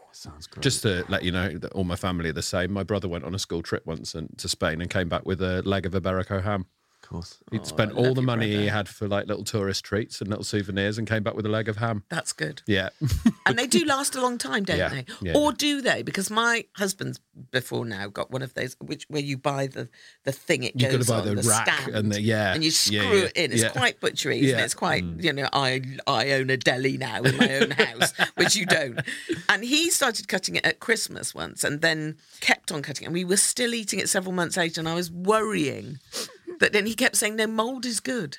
S1: Just to let you know that all my family are the same. My brother went on a school trip once and, to Spain and came back with a leg of Iberico ham.
S2: Of course. Oh,
S1: He'd spent all the money he had for like little tourist treats and little souvenirs and came back with a leg of ham.
S3: That's good.
S1: Yeah,
S3: And they do last a long time, don't
S1: Yeah,
S3: they?
S1: yeah,
S3: or do they? Because my husband's before now got one of those, which where you buy the the thing it
S1: You've gotta
S3: goes
S1: buy
S3: on
S1: the
S3: the,
S1: rack
S3: stand,
S1: and the- yeah,
S3: and you screw
S1: yeah, yeah,
S3: it in. It's
S1: yeah.
S3: quite butchery, and
S1: Yeah. Mm.
S3: it's quite you know. I I own a deli now in my own house, which you don't. And he started cutting it at Christmas once, and then kept on cutting. it. And we were still eating it several months later, and I was worrying that then he kept saying, "No, mold is good."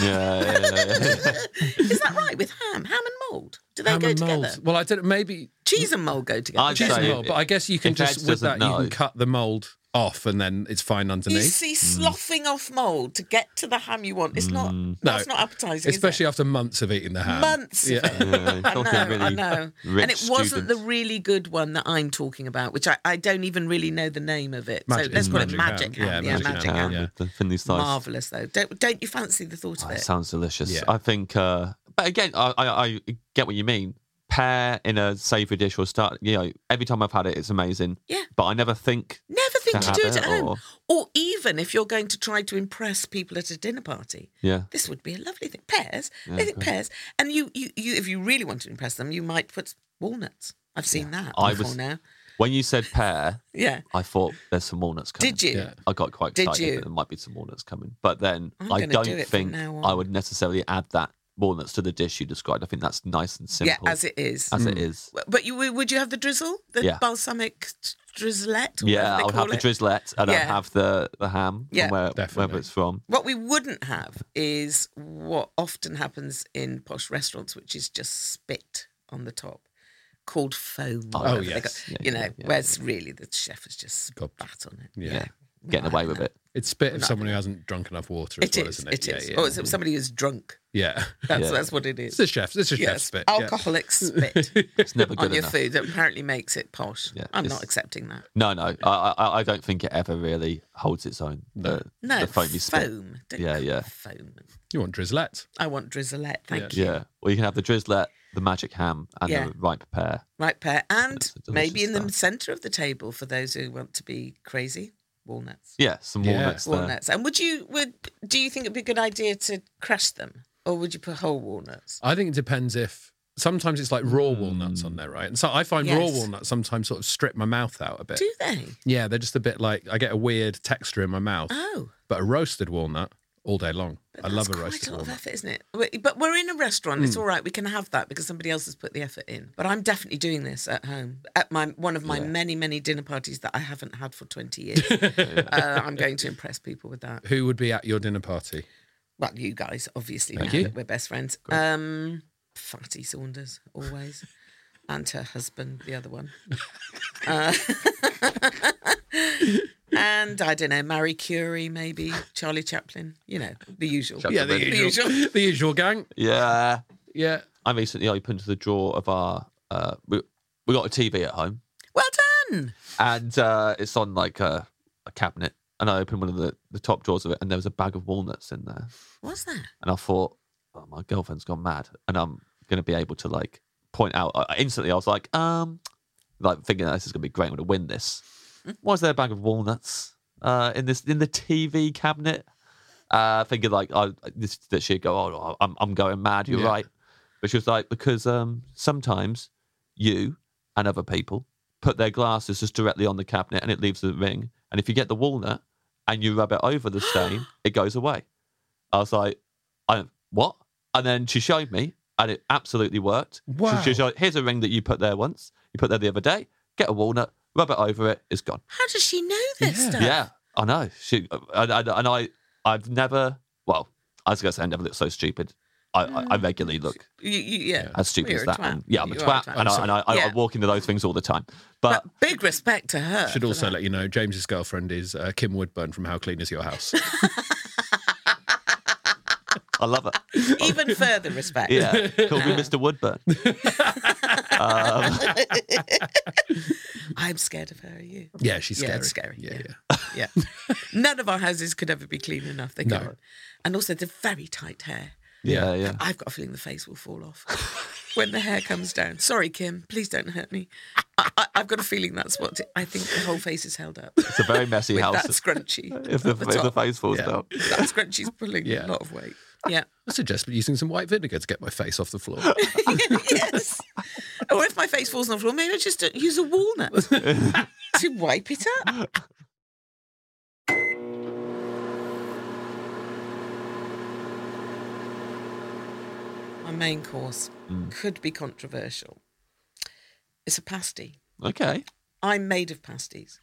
S2: Yeah, yeah, yeah, yeah.
S3: Is that right with ham? Ham and mold? Do they
S1: ham
S3: go
S1: and
S3: together?
S1: mold. Well, I don't. Maybe
S3: Cheese and mold go together.
S2: I'd
S3: don't
S1: cheese
S2: say
S1: and
S3: they?
S2: it-
S1: mold, but I guess you can
S2: if
S1: just
S2: Ed
S1: with that
S2: doesn't
S1: you
S2: know-
S1: can cut the mold off and then it's fine
S3: You
S1: underneath.
S3: see
S2: Mm.
S3: sloughing off mold to get to the ham you want. It's not.
S2: Mm.
S3: That's not appetising.
S1: especially
S3: is
S1: after months of eating the
S3: it?
S1: ham.
S3: months.
S1: Yeah.
S3: Of it.
S2: Yeah,
S3: I know.
S2: talking
S3: I
S2: really
S3: know.
S2: rich
S3: And it wasn't the
S2: students.
S3: really good one that I'm talking about, which I, I don't even really know the name of it.
S1: Magic-
S3: so let's
S1: it's
S3: call it
S1: magic
S3: magic
S1: ham.
S3: ham.
S1: Yeah,
S3: Yeah,
S1: magic
S3: magic,
S1: ham,
S3: ham.
S1: yeah.
S2: yeah. The thinly sliced.
S3: Marvelous though. Don't don't you fancy the thought
S2: Oh,
S3: of
S2: it
S3: it?
S2: sounds delicious.
S1: Yeah.
S2: I think, uh, but again, I, I, I get what you mean. Pear in a savoury dish or start, you know, every time I've had it, it's amazing.
S3: Yeah.
S2: But I never think.
S3: Never think
S2: To
S3: to do
S2: have
S3: it at
S2: it,
S3: home,
S2: or-
S3: or even if you're going to try to impress people at a dinner party.
S2: Yeah.
S3: this would be a lovely thing. Pears, they think pears, and you, you, you, if you really want to impress them, you might put walnuts. I've seen that
S2: I
S3: before
S2: was- Uh,
S3: now.
S2: When you said pear,
S3: Yeah,
S2: I thought there's some walnuts coming.
S3: did you?
S1: Yeah.
S2: I got quite
S3: Did
S2: excited
S3: you?
S2: that there might be some walnuts coming. But then
S3: I'm
S2: I
S3: gonna
S2: don't
S3: do it from
S2: think
S3: now
S2: I
S3: on.
S2: would necessarily add that walnuts to the dish you described. I think that's nice and
S3: Yeah,
S2: simple.
S3: as it is.
S2: as
S1: Mm.
S2: it is.
S3: W- but you would you have the drizzle, the
S2: Yeah.
S3: balsamic t- drizzlet? Or
S2: Yeah,
S3: whatever they
S2: I would
S3: call
S2: have the
S3: it?
S2: drizzlet and I'd
S3: Yeah.
S2: have the, the ham
S3: Yeah.
S2: from where, wherever
S1: Definitely.
S2: it's from.
S3: What we wouldn't have is what often happens in posh restaurants, which is just spit on the top. called foam.
S2: Oh,
S3: or whatever
S1: yes.
S3: they got,
S2: Yeah,
S3: you
S2: yeah,
S3: know,
S2: yeah,
S3: whereas really the chef has just
S1: Gobbled.
S3: spat on it.
S1: Yeah.
S2: yeah, getting away with it.
S1: It's spit of
S3: No.
S1: someone who hasn't drunk enough water as
S3: It
S1: well,
S3: is.
S1: isn't it?
S3: It is.
S1: Yeah,
S3: Oh,
S1: yeah.
S3: it's somebody who's drunk.
S1: yeah.
S3: That's
S2: Yeah.
S3: that's what it is.
S1: It's a chef's. It's a chef's
S3: yes,
S1: spit. yeah.
S3: alcoholic spit
S2: It's never good
S3: on your
S2: enough.
S3: food that apparently makes it posh.
S2: Yeah,
S3: I'm
S2: it's-
S3: not accepting that.
S2: No, no, I, I, I don't think it ever really holds its own. The,
S3: No,
S2: the foamy spit.
S3: foam. Don't
S2: Yeah,
S3: call
S2: yeah.
S3: it Foam.
S1: You want drizzlet?
S3: I want drizzlet. Thank you.
S2: Yeah, or you can have the drizzlet, the magic ham, and
S3: Yeah.
S2: the ripe pear.
S3: Right pair, and
S2: That's a
S3: maybe in
S2: delicious
S3: the
S2: stuff.
S3: centre of the table for those who want to be crazy, walnuts.
S2: Yeah, some
S1: Yeah.
S2: walnuts. there.
S3: Walnuts. And would you would do you think it'd be a good idea to crush them, or would you put whole walnuts?
S1: I think it depends if. Sometimes it's like raw walnuts on there, right? And so I find
S3: Mm. Yes.
S1: raw walnuts sometimes sort of strip my mouth out a
S2: Uh,
S1: bit.
S3: Do they?
S1: Yeah, they're just a bit like I get a weird texture in my mouth.
S3: Oh,
S1: But a roasted walnut all day long.
S3: but
S1: I love
S3: that's
S1: a roasted Hmm.
S3: quite a lot of
S1: walnut.
S3: effort, isn't it? Wait, But we're in a restaurant. It's all right. We can have that because somebody else has put the effort in. But I'm definitely doing this at home at my one of my many many dinner parties that I haven't had for 20 years. uh, I'm going to impress people with that.
S1: Who would be at your dinner party?
S3: Well, you guys, obviously,
S1: Thank
S3: now
S1: you.
S3: that we're best friends. Um, Fatty Saunders, always. and her husband, the other one. Uh, and I don't know, Marie Curie, maybe, Charlie Chaplin, you know, the usual.
S2: Chaplin. Yeah, the
S3: usual.
S1: the usual gang.
S2: Yeah,
S1: Yeah.
S2: I recently opened the drawer of our. Uh, we, we got a TV at home,
S3: Well done.
S2: and uh, it's on like a, a cabinet. And I opened one of the, the top drawers of it, and there was a bag of walnuts in there.
S3: What's that?
S2: And I thought, oh, my girlfriend's gone mad, and I'm going to be able to like point out I, I- instantly. I was like, um, like thinking this is going to be great. I'm going to win this. Why is there a bag of walnuts uh, in this in the TV cabinet? Uh, thinking like I, this that she'd go, oh, I'm I'm going mad. You're
S1: Yeah.
S2: right. But she was like, because um, sometimes you and other people put their glasses just directly on the cabinet and it leaves the ring. And if you get the walnut and you rub it over the stain, it goes away. I was like, I don't, what? And then she showed me and it absolutely worked. She-
S1: Wow.
S2: She, was like, here's a ring that you put there once, you put there the other day, get a walnut, rub it over it, it's gone.
S3: How does she know this
S1: Yeah.
S3: stuff?
S2: Yeah, I know. She and, and, and I, I've never. Well, I was gonna say I never look so stupid. I, I, I regularly look
S3: You, you, yeah.
S2: as stupid
S3: Mm. You're
S2: as
S3: a
S2: that.
S3: twat.
S2: and- yeah, I'm a
S3: You are
S2: twat, and, I, and I, I,
S3: Yeah.
S2: I walk into those things all the time. But
S3: But big respect to her.
S1: Should
S3: Uh, for
S1: also
S3: that.
S1: let you know James's girlfriend is uh, Kim Woodburn from How Clean Is Your House.
S2: I love it.
S3: even further respect.
S2: Yeah, call me Mr. Woodburn. um,
S3: I'm scared of her. Are you?
S1: yeah, she's scary.
S3: Yeah, it's scary,
S1: Yeah,
S3: yeah.
S1: yeah.
S3: Yeah. None of our houses could ever be clean enough. They
S1: No.
S3: can't. And also the very tight hair.
S2: yeah, yeah.
S3: I've got a feeling the face will fall off when the hair comes down. Sorry, Kim. Please don't hurt me. I, I, I've got a feeling that's what I think the whole face is held up.
S2: It's a very messy
S3: With
S2: house.
S3: that scrunchy.
S2: if the,
S3: at the
S2: if the
S3: top.
S2: face falls
S1: Yeah.
S2: down.
S3: That scrunchie's pulling
S1: Yeah.
S3: a lot of weight. Yeah.
S1: I suggest using some white vinegar to get my face off the floor.
S3: yes. Or Oh, if my face falls on the floor, maybe I just don't use a walnut to wipe it up. My main course could be controversial. It's a pasty.
S2: Okay.
S3: I'm made of pasties.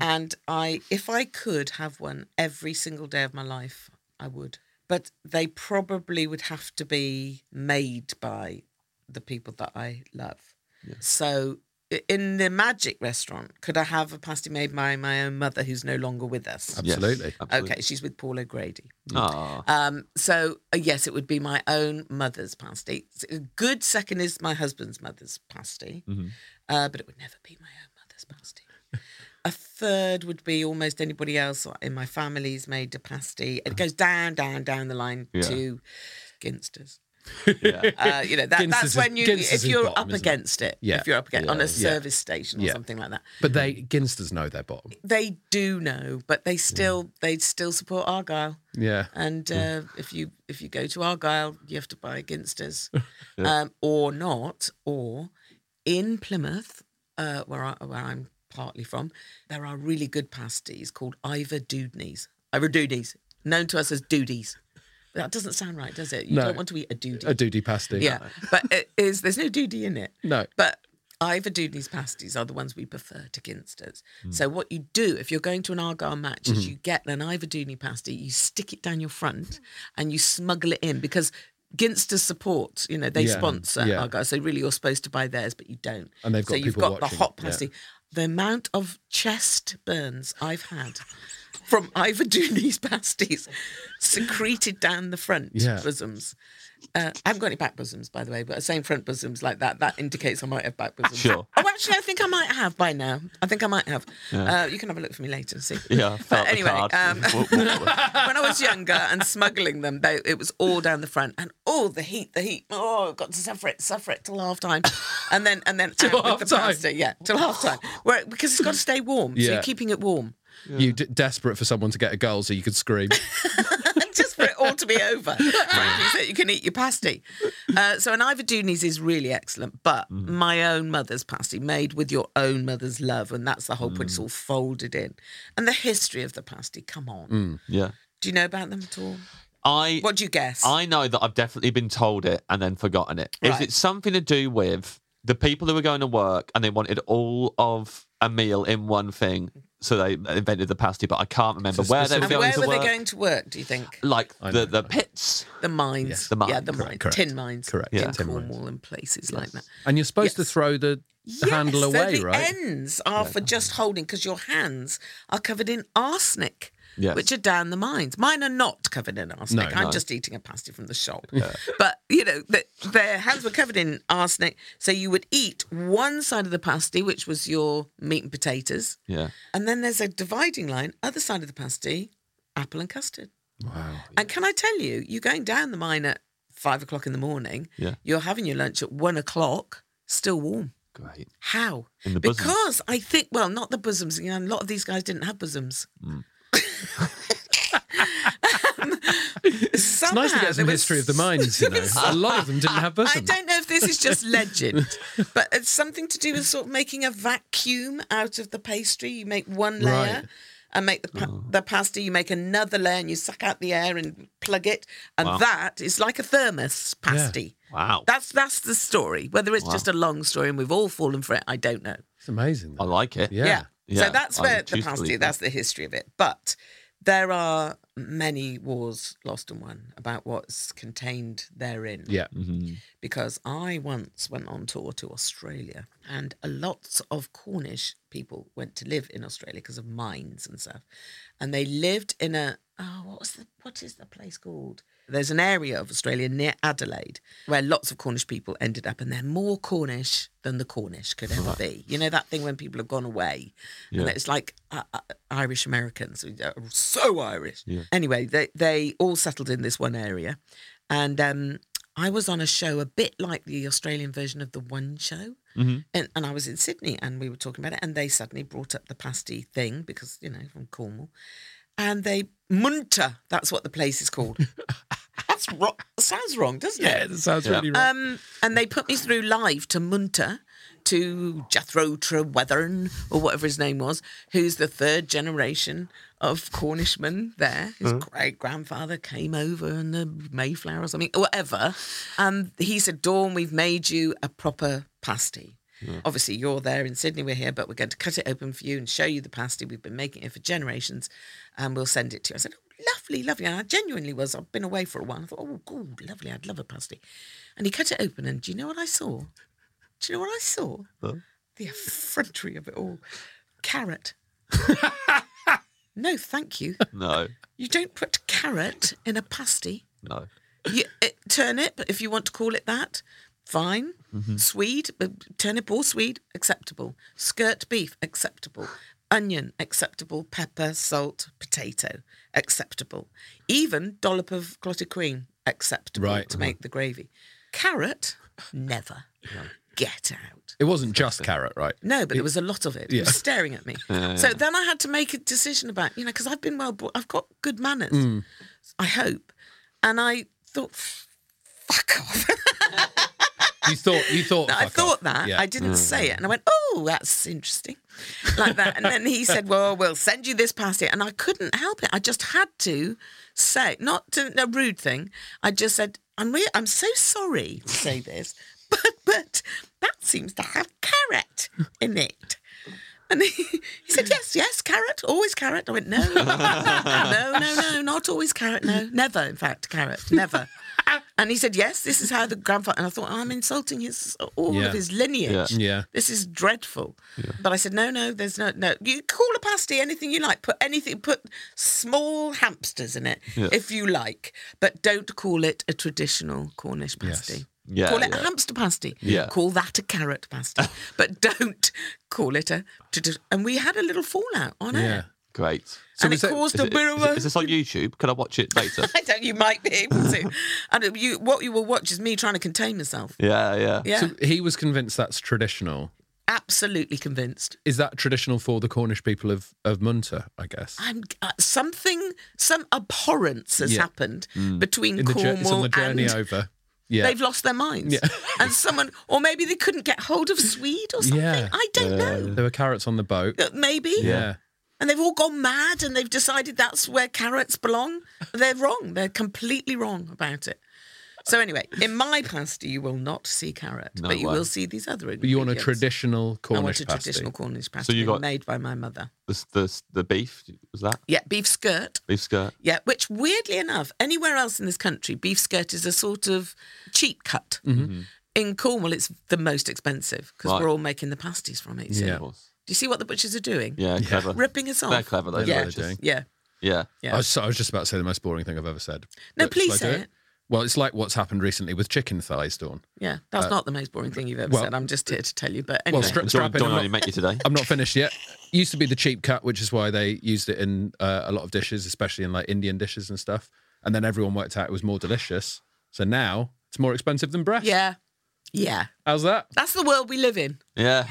S3: and I if I could have one every single day of my life, I would. But they probably would have to be made by the people that I love. So i- in the magic restaurant, could I have a pasty made by my own mother who's no longer with us?
S1: Ab- Absolutely.
S3: Okay, she's with Paul O'Grady.
S2: Oh,
S3: Um, so uh, yes, it would be my own mother's pasty. S- A good second is my husband's mother's pasty,
S1: Mm-hmm.
S3: uh, but it would never be my own mother's pasty. a third would be almost anybody else in my family's made a pasty.
S1: Uh-huh.
S3: It goes down, down, down the line
S2: Yeah.
S3: to ginsters.
S2: yeah.
S3: Uh, you know that,
S1: Ginsters
S3: that's
S1: is-
S3: when you,
S1: Ginsters is
S3: if you're
S1: bottom,
S3: up
S1: isn't it?
S3: against it,
S1: Yeah.
S3: if you're up against on a
S2: Yeah.
S3: service station or
S1: Yeah.
S3: something like that,
S1: but they Ginsters know their bottom.
S3: they do know, but
S1: Mm.
S3: they still they still support Argyle.
S1: Yeah.
S3: And uh, if you if you go to Argyle, you have to buy against us, um, or not, or in Plymouth, uh, where I, where I'm partly from, there are really good pasties called Ivor Dudneys, Ivor Dudneys, known to us as Dudies. That doesn't sound right, does it? You
S1: No.
S3: don't want to eat a doodie.
S1: A doody pasty.
S3: yeah, but it is there's no doodie in it.
S1: No.
S3: But Ivor Dudley's pasties are the ones we prefer to Ginsters. So what you do if you're going to an Argyle match
S1: Mm-hmm.
S3: is you get an Ivor Dudley pasty, you stick it down your front, and you smuggle it in because Ginster's support, you know, they
S1: Yeah,
S3: sponsor
S1: yeah.
S3: our guys. So really, you're supposed to buy theirs, but you don't.
S1: And they've
S3: so
S1: got
S3: you've
S1: people
S3: got the
S1: watching,
S3: hot
S1: yeah.
S3: pasty. The amount of chest burns I've had from Ivor Dooney's pasties secreted down the front
S1: Yeah.
S3: bosoms. Uh, I haven't got any back bosoms, by the way, but saying front bosoms like that, that indicates I might have back bosoms.
S2: Sure.
S3: Oh, actually, I think I might have by now. I think I might have. Uh, you can have a look for me later and see.
S2: Yeah, I felt
S3: But
S2: the
S3: anyway,
S2: card.
S3: um,
S2: What- what- what-
S3: when I was younger and smuggling them, they, it was all down the front and all the heat, the heat. Oh, I've got to suffer it, suffer it till half time, and then and then
S1: Till
S3: out with the
S1: half time.
S3: pasta, yeah, till half time. Where because it's got to stay warm, so
S1: Yeah.
S3: you're keeping it warm,
S1: You d- desperate for someone to get a goal so you could scream.
S3: and just for it all to be over, frankly, so you can eat your pasty. Uh, so an Ivor Dooney's is really excellent, but
S1: Mm-hmm.
S3: my own mother's pasty, made with your own mother's love, and that's the whole point. It's
S1: Mm.
S3: all folded in, and the history of the pasty. Come on,
S1: Mm.
S2: yeah.
S3: do you know about them at all?
S2: I
S3: What do you guess?
S2: I know that I've definitely been told it and then forgotten it. Is
S3: Right.
S2: it something to do with the people who were going to work and they wanted all of a meal in one thing, so they invented the pasty? But I can't remember
S1: So
S2: where they were
S3: and
S1: specific-
S2: going
S3: where
S2: to
S3: were
S2: work.
S3: they going to work? Do you think?
S2: Like
S1: I know.
S2: the the pits.
S3: The mines.
S1: Yes,
S2: the mine.
S3: Yeah, the
S1: Correct,
S3: mine.
S1: correct.
S3: Tin mines.
S1: Correct,
S3: Yeah,
S1: yeah,
S3: in
S1: tin mines.
S3: Cornwall and places like that.
S1: And you're supposed to
S3: Yes.
S1: throw the, the handle
S3: Yes, so
S1: away,
S3: the
S1: right?
S3: ends are for just holding because your hands are covered in arsenic.
S2: Yes.
S3: Which are down the mines. Mine are not covered in arsenic.
S1: No,
S3: I'm
S2: no.
S3: just eating a pasty from the shop. But you know, the, their hands were covered in arsenic. So you would eat one side of the pasty, which was your meat and potatoes,
S2: Yeah.
S3: and then there's a dividing line, other side of the pasty, apple and custard.
S1: Wow.
S3: And can I tell you, you're going down the mine at five o'clock in the morning.
S2: Yeah.
S3: You're having your lunch at one o'clock, still warm.
S2: Great.
S3: How?
S2: In the bosom.
S3: because I think, well, not the bosoms. You know, a lot of these guys didn't have bosoms.
S1: Mm. It's nice to get some history of the mines, you know. A lot of them didn't have
S3: I
S1: bosoms.
S3: don't know if this is just legend, but it's something to do with sort of making a vacuum out of the pastry. You make one layer
S1: Right. Oh.
S3: and make the, pa- the pasta, you make another layer and you suck out the air and plug it. And
S2: Wow.
S3: that is like a thermos pasty.
S2: Wow.
S3: That's that's the story. Whether it's just a long story and we've all fallen for it, I don't know.
S1: It's amazing.
S2: I
S1: though.
S2: like it.
S1: Yeah.
S2: Yeah,
S3: So that's
S2: I
S3: where the
S2: choose to
S3: pasty,
S2: believe
S3: that's the history of it. But there are many wars lost and won about what's contained therein
S1: Yeah.
S2: Mhm.
S3: because I once went on tour to Australia, and a lot of Cornish people went to live in Australia because of mines and stuff, and they lived in a oh, what was the what is the place called? There's an area of Australia near Adelaide where lots of Cornish people ended up, and they're more Cornish than the Cornish could ever be. You know that thing when people have gone away, and
S2: Yeah.
S3: it's like uh, uh, Irish Americans, are so Irish.
S2: Yeah.
S3: Anyway, they they all settled in this one area, and um, I was on a show a bit like the Australian version of the One Show,
S1: Mm-hmm.
S3: and, and I was in Sydney, and we were talking about it, and they suddenly brought up the pasty thing because you know from Cornwall, and they Munter, that's what the place is called. that's ro- sounds wrong, doesn't it?
S1: Yeah, that sounds
S2: Yeah.
S1: really right.
S3: Um, and they put me through live to Munter, to Jethro Trewethern, or whatever his name was, who's the third generation of Cornishman there. His great grandfather came over in the Mayflower or something, whatever. And he said, Dawn, we've made you a proper pasty. Obviously, you're there in Sydney, we're here, but we're going to cut it open for you and show you the pasty. We've been making it for generations and we'll send it to you. I said, oh, lovely, lovely. And I genuinely was. I've been away for a while. I thought, oh, good, lovely. I'd love a pasty. And he cut it open, and do you know what I saw? Do you know what I saw? The effrontery of it all. Carrot. no, thank you.
S2: No.
S3: You don't put carrot in a pasty.
S2: No.
S3: You, it, turnip, if you want to call it that, fine. Swede, uh, turnip or swede, acceptable. Skirt beef, acceptable. Onion, acceptable. Pepper, salt, potato, acceptable. Even dollop of clotted cream, acceptable
S1: Right.
S3: to make the gravy. Carrot, never. Get out.
S1: it wasn't just carrot, right?
S3: No, but there was a lot of it. It was staring at me. So then I had to make a decision about, you know, because I've been well, brought, I've got good manners,
S1: Mm.
S3: I hope. And I thought, fuck off.
S1: You thought you thought
S3: I
S1: fuck off.
S3: thought that.
S1: Yeah. Mm.
S3: I didn't say it. And I went, oh, that's interesting. Like that. And then he said, well, we'll send you this pasty. And I couldn't help it. I just had to say, not to, a rude thing. I just said, I'm, re- I'm so sorry to say this, but, but that seems to have carrot in it. And he, he said, yes, yes, carrot, always carrot. I went, no, no, no, no, not always carrot, no, never, in fact, carrot, never. and he said, yes, this is how the grandfather. And I thought, I'm insulting his all
S1: Yeah.
S3: of his lineage.
S2: Yeah.
S1: Yeah.
S3: This is dreadful. But I said, no, no, there's no, no. You call a pasty anything you like. Put anything, put small hamsters in it
S2: Yeah.
S3: if you like, but don't call it a traditional Cornish pasty.
S2: Yeah,
S3: call it
S2: yeah.
S3: a hamster pasty.
S2: Yeah.
S3: Call that a carrot pasty. but don't call it a. tradi- And we had a little fallout on
S1: Yeah.
S3: it.
S2: Great.
S3: and it
S1: was it-
S3: caused
S2: Is
S3: a
S2: it-
S3: bit
S2: is
S3: of
S2: it-
S3: a.
S2: is this on YouTube? Can I watch it later?
S3: I don't. You might be able to. and you, what you will watch is me trying to contain myself.
S2: yeah, yeah.
S3: Yeah,
S1: So he was convinced that's traditional.
S3: absolutely convinced.
S1: Is that traditional for the Cornish people of, of Munter, I guess?
S3: I'm uh, something. Some abhorrence has
S1: Yeah. Mm.
S3: happened between
S1: In the jour-
S3: Cornwall
S1: it's on the journey
S3: and
S1: over. Yeah.
S3: they've lost their minds.
S1: Yeah.
S3: and someone, or maybe they couldn't get hold of Swede or something.
S1: Yeah.
S3: I don't know.
S1: There were carrots on the boat.
S3: Uh, Maybe.
S1: Yeah.
S3: And they've all gone mad and they've decided that's where carrots belong. They're wrong. They're completely wrong about it. So anyway, in my pasty, you will not see carrot,
S2: No
S3: but you
S2: way.
S3: will see these other
S1: But you want a
S3: ingredients.
S1: traditional
S3: I
S1: Cornish
S3: want a
S1: pasty.
S3: traditional Cornish pasty
S2: you got-
S3: made by my mother.
S2: The, the, the beef, was that?
S3: Yeah, beef skirt.
S2: Beef skirt?
S3: Yeah, which weirdly enough, anywhere else in this country, beef skirt is a sort of cheap cut. Mm-hmm. In Cornwall, it's the most expensive because
S2: Right.
S3: we're all making the pasties from it. So.
S1: Yeah.
S2: Of course.
S3: Do you see what the butchers are doing?
S2: Yeah, clever.
S3: Ripping us off.
S2: They're clever, those
S3: Yeah.
S2: butchers.
S1: Doing.
S3: Yeah.
S2: Yeah.
S3: Yeah.
S1: I, was, I was just about to say the most boring thing I've ever said.
S3: No,
S1: But shall
S3: please
S1: I do
S3: say it.
S1: Well, it's like what's happened recently with chicken thighs, Dawn.
S3: Yeah, that's not the most boring thing you've ever
S1: Uh, well-
S3: said. I'm just here to tell you. But anyway,
S1: Well, stra-
S2: John,
S1: strap in.
S2: John
S1: I'm
S2: only
S1: not,
S2: met you today.
S1: I'm not finished yet. Used to be the cheap cut, which is why they used it in uh, a lot of dishes, especially in like Indian dishes and stuff. And then everyone worked out it was more delicious. So now it's more expensive than breast.
S3: yeah, yeah,
S1: How's that?
S3: that's the world we live in.
S2: Yeah.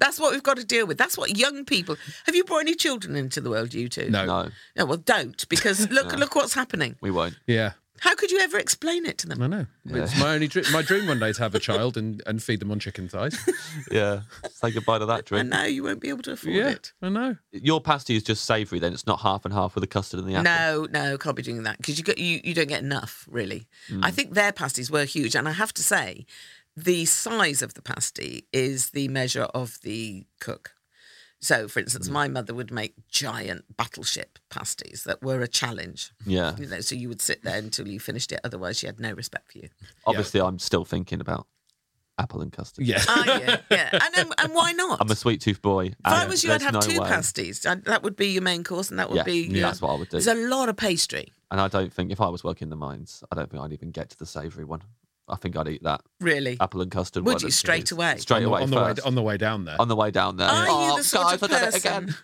S3: That's what we've got to deal with. That's what young people. Have you brought any children into the world, you two?
S1: No.
S2: No,
S3: No, well, don't because look, look what's happening.
S2: we won't.
S1: Yeah.
S3: How could you ever explain it to them?
S1: I know. It's my only dr- my dream one day to have a child and, and feed them on chicken thighs.
S2: Yeah. Say goodbye to that
S3: And
S2: drink.
S3: now you won't be able to afford
S1: yeah,
S3: it.
S1: I know.
S2: Your pasty is just savoury then. It's not half and half with the custard and the apple.
S3: No, no, can't be doing that because you, got- you you don't get enough really.
S2: Mm.
S3: I think their pasties were huge, and I have to say, the size of the pasty is the measure of the cook. So, for
S2: Mm.
S3: instance, my mother would make giant battleship pasties that were a challenge.
S2: Yeah.
S3: You know, so you would sit there until you finished it. Otherwise, she had no respect for you.
S2: Obviously, I'm still thinking about apple and custard.
S1: Yeah.
S3: Are you? Ah, yeah, and um, and why not?
S2: I'm a sweet tooth boy.
S3: If I was you, I'd have two
S2: pasties.
S3: pasties. i that would be your main course, and that would
S2: Yeah,
S3: be.
S2: yeah,
S3: your-
S2: that's what I would do.
S3: There's a lot of pastry,
S2: And I don't think, if I was working the mines, I don't think I'd even get to the savoury one. I think I'd eat that
S3: really.
S2: apple and custard.
S3: Would
S2: one
S3: you?
S2: as it
S3: Straight
S2: is.
S3: away?
S2: Straight
S1: on,
S2: away
S1: the, on, the way,
S2: first.
S1: on the way down there.
S2: on the way down there.
S3: Are
S2: oh,
S3: you the sort
S2: guys,
S3: of
S2: I've done it
S3: person
S2: again.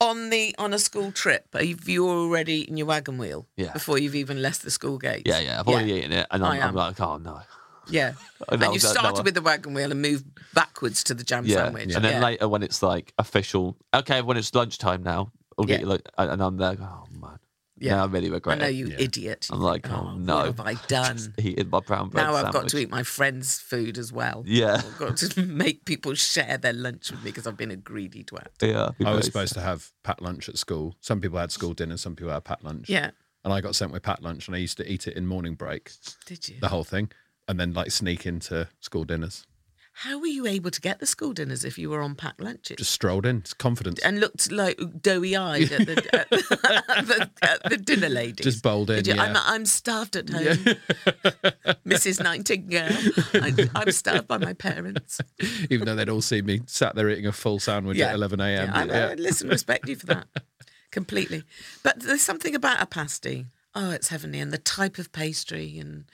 S3: on the on a school trip? Have you already eaten your wagon wheel
S2: Yeah.
S3: before you've even left the school gate?
S2: Yeah, yeah. I've already eaten it, and
S3: I
S2: I'm, I'm
S3: am.
S2: like, oh no.
S3: yeah.
S2: Oh, no,
S3: and you
S2: no, no,
S3: started
S2: I-
S3: with the wagon wheel and moved backwards to the jam
S2: yeah.
S3: sandwich.
S2: And then
S3: Yeah.
S2: later, when it's like official, okay, when it's lunchtime now, we'll get
S3: Yeah.
S2: you lunch. And and I'm there, oh man.
S3: Yeah.
S2: Yeah. Now I really regret
S3: I know
S2: it.
S3: you
S1: Yeah.
S3: idiot.
S2: I'm like, oh, no.
S3: what have I done?
S2: Just eating my brown bread.
S3: now I've got to
S2: sandwich.
S3: eat my friend's food as well.
S2: Yeah.
S3: I've got to make people share their lunch with me because I've been a greedy twat.
S2: Yeah.
S1: I was
S2: because-
S1: supposed to have pat lunch at school. Some people had school dinner, some people had pat lunch.
S3: Yeah.
S1: And I got sent with pat lunch, and I used to eat it in morning break,
S3: Did you?
S1: the whole thing, and then like sneak into school dinners.
S3: How were you able to get the school dinners if you were on packed lunches?
S1: Just strolled in, it's confidence.
S3: and looked like doughy eyed at the, at, the, at, the, at the dinner lady.
S1: Just bowled in, yeah.
S3: I'm, I'm starved at home, Mrs. Nightingale. I, I'm starved by my parents.
S1: Even though they'd all seen me sat there eating a full sandwich at 11 a.m.
S3: Yeah, I,
S1: Yeah.
S3: I, listen, respect you for that completely. But there's something about a pasty. Oh, it's heavenly, and the type of pastry, and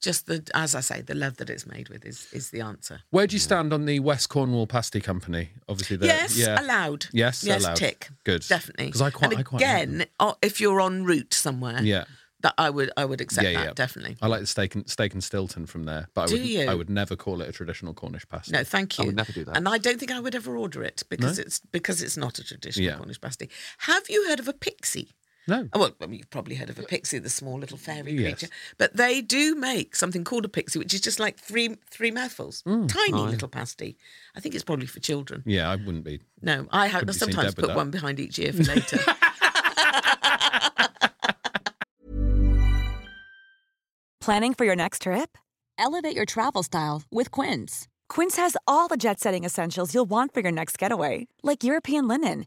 S3: just the as I say, the love that it's made with is is the answer.
S1: Where do you stand on the West Cornwall Pasty Company? Obviously, the,
S3: Yes,
S1: yeah.
S3: allowed.
S1: Yes,
S3: yes,
S1: allowed.
S3: tick.
S1: Good.
S3: definitely.
S1: 'Cause I quite-
S3: and
S1: I quite like
S3: again, uh, if you're en route somewhere,
S1: Yeah.
S3: that I would I would accept
S1: yeah, yeah,
S3: that
S1: yeah.
S3: definitely.
S1: I like the steak and steak and Stilton from there, but I
S3: Do
S1: would
S3: you?
S1: I would never call it a traditional Cornish pasty.
S3: No, thank you.
S2: I would never do that.
S3: And I don't think I would ever order it because it's because it's not a traditional
S1: Yeah.
S3: Cornish pasty. Have you heard of a pixie?
S1: no.
S3: Oh, well, I mean, you've probably heard of a pixie, the small little fairy
S1: Yes.
S3: creature. But they do make something called a pixie, which is just like three three mouthfuls,
S1: Hmm.
S3: tiny little pasty. I think it's probably for children.
S1: Yeah, I wouldn't be.
S3: No, I have
S1: Couldn't you see
S3: sometimes
S1: Deb with
S3: put
S1: that?
S3: one behind each ear for later.
S4: Planning for your next trip? Elevate your travel style with Quince. Quince has all the jet setting essentials you'll want for your next getaway, like European linen,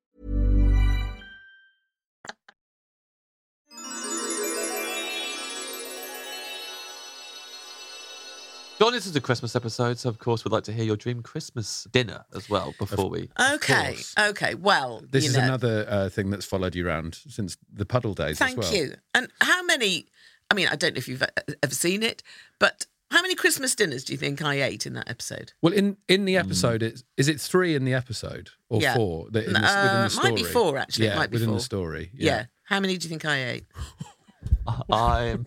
S2: John, this is a Christmas episode, so of course we'd like to hear your dream Christmas dinner as well before we.
S3: Okay,
S1: course.
S3: okay. Well,
S1: This
S3: you
S1: is
S3: know.
S1: another uh, thing that's followed you around since the puddle days
S3: Thank
S1: as well.
S3: you. And how many? I mean, I don't know if you've e- ever seen it, but how many Christmas dinners do you think I ate in that episode?
S1: Well, in, in
S2: Mm.
S1: the episode, it's, is it three in the episode or
S3: Yeah.
S1: four? That in the,
S3: Uh,
S1: within the
S3: might
S1: story?
S3: be four, actually. It
S1: Yeah,
S3: might be
S1: within
S3: four.
S1: the story.
S3: Yeah. How many do you think I ate?
S2: I'm.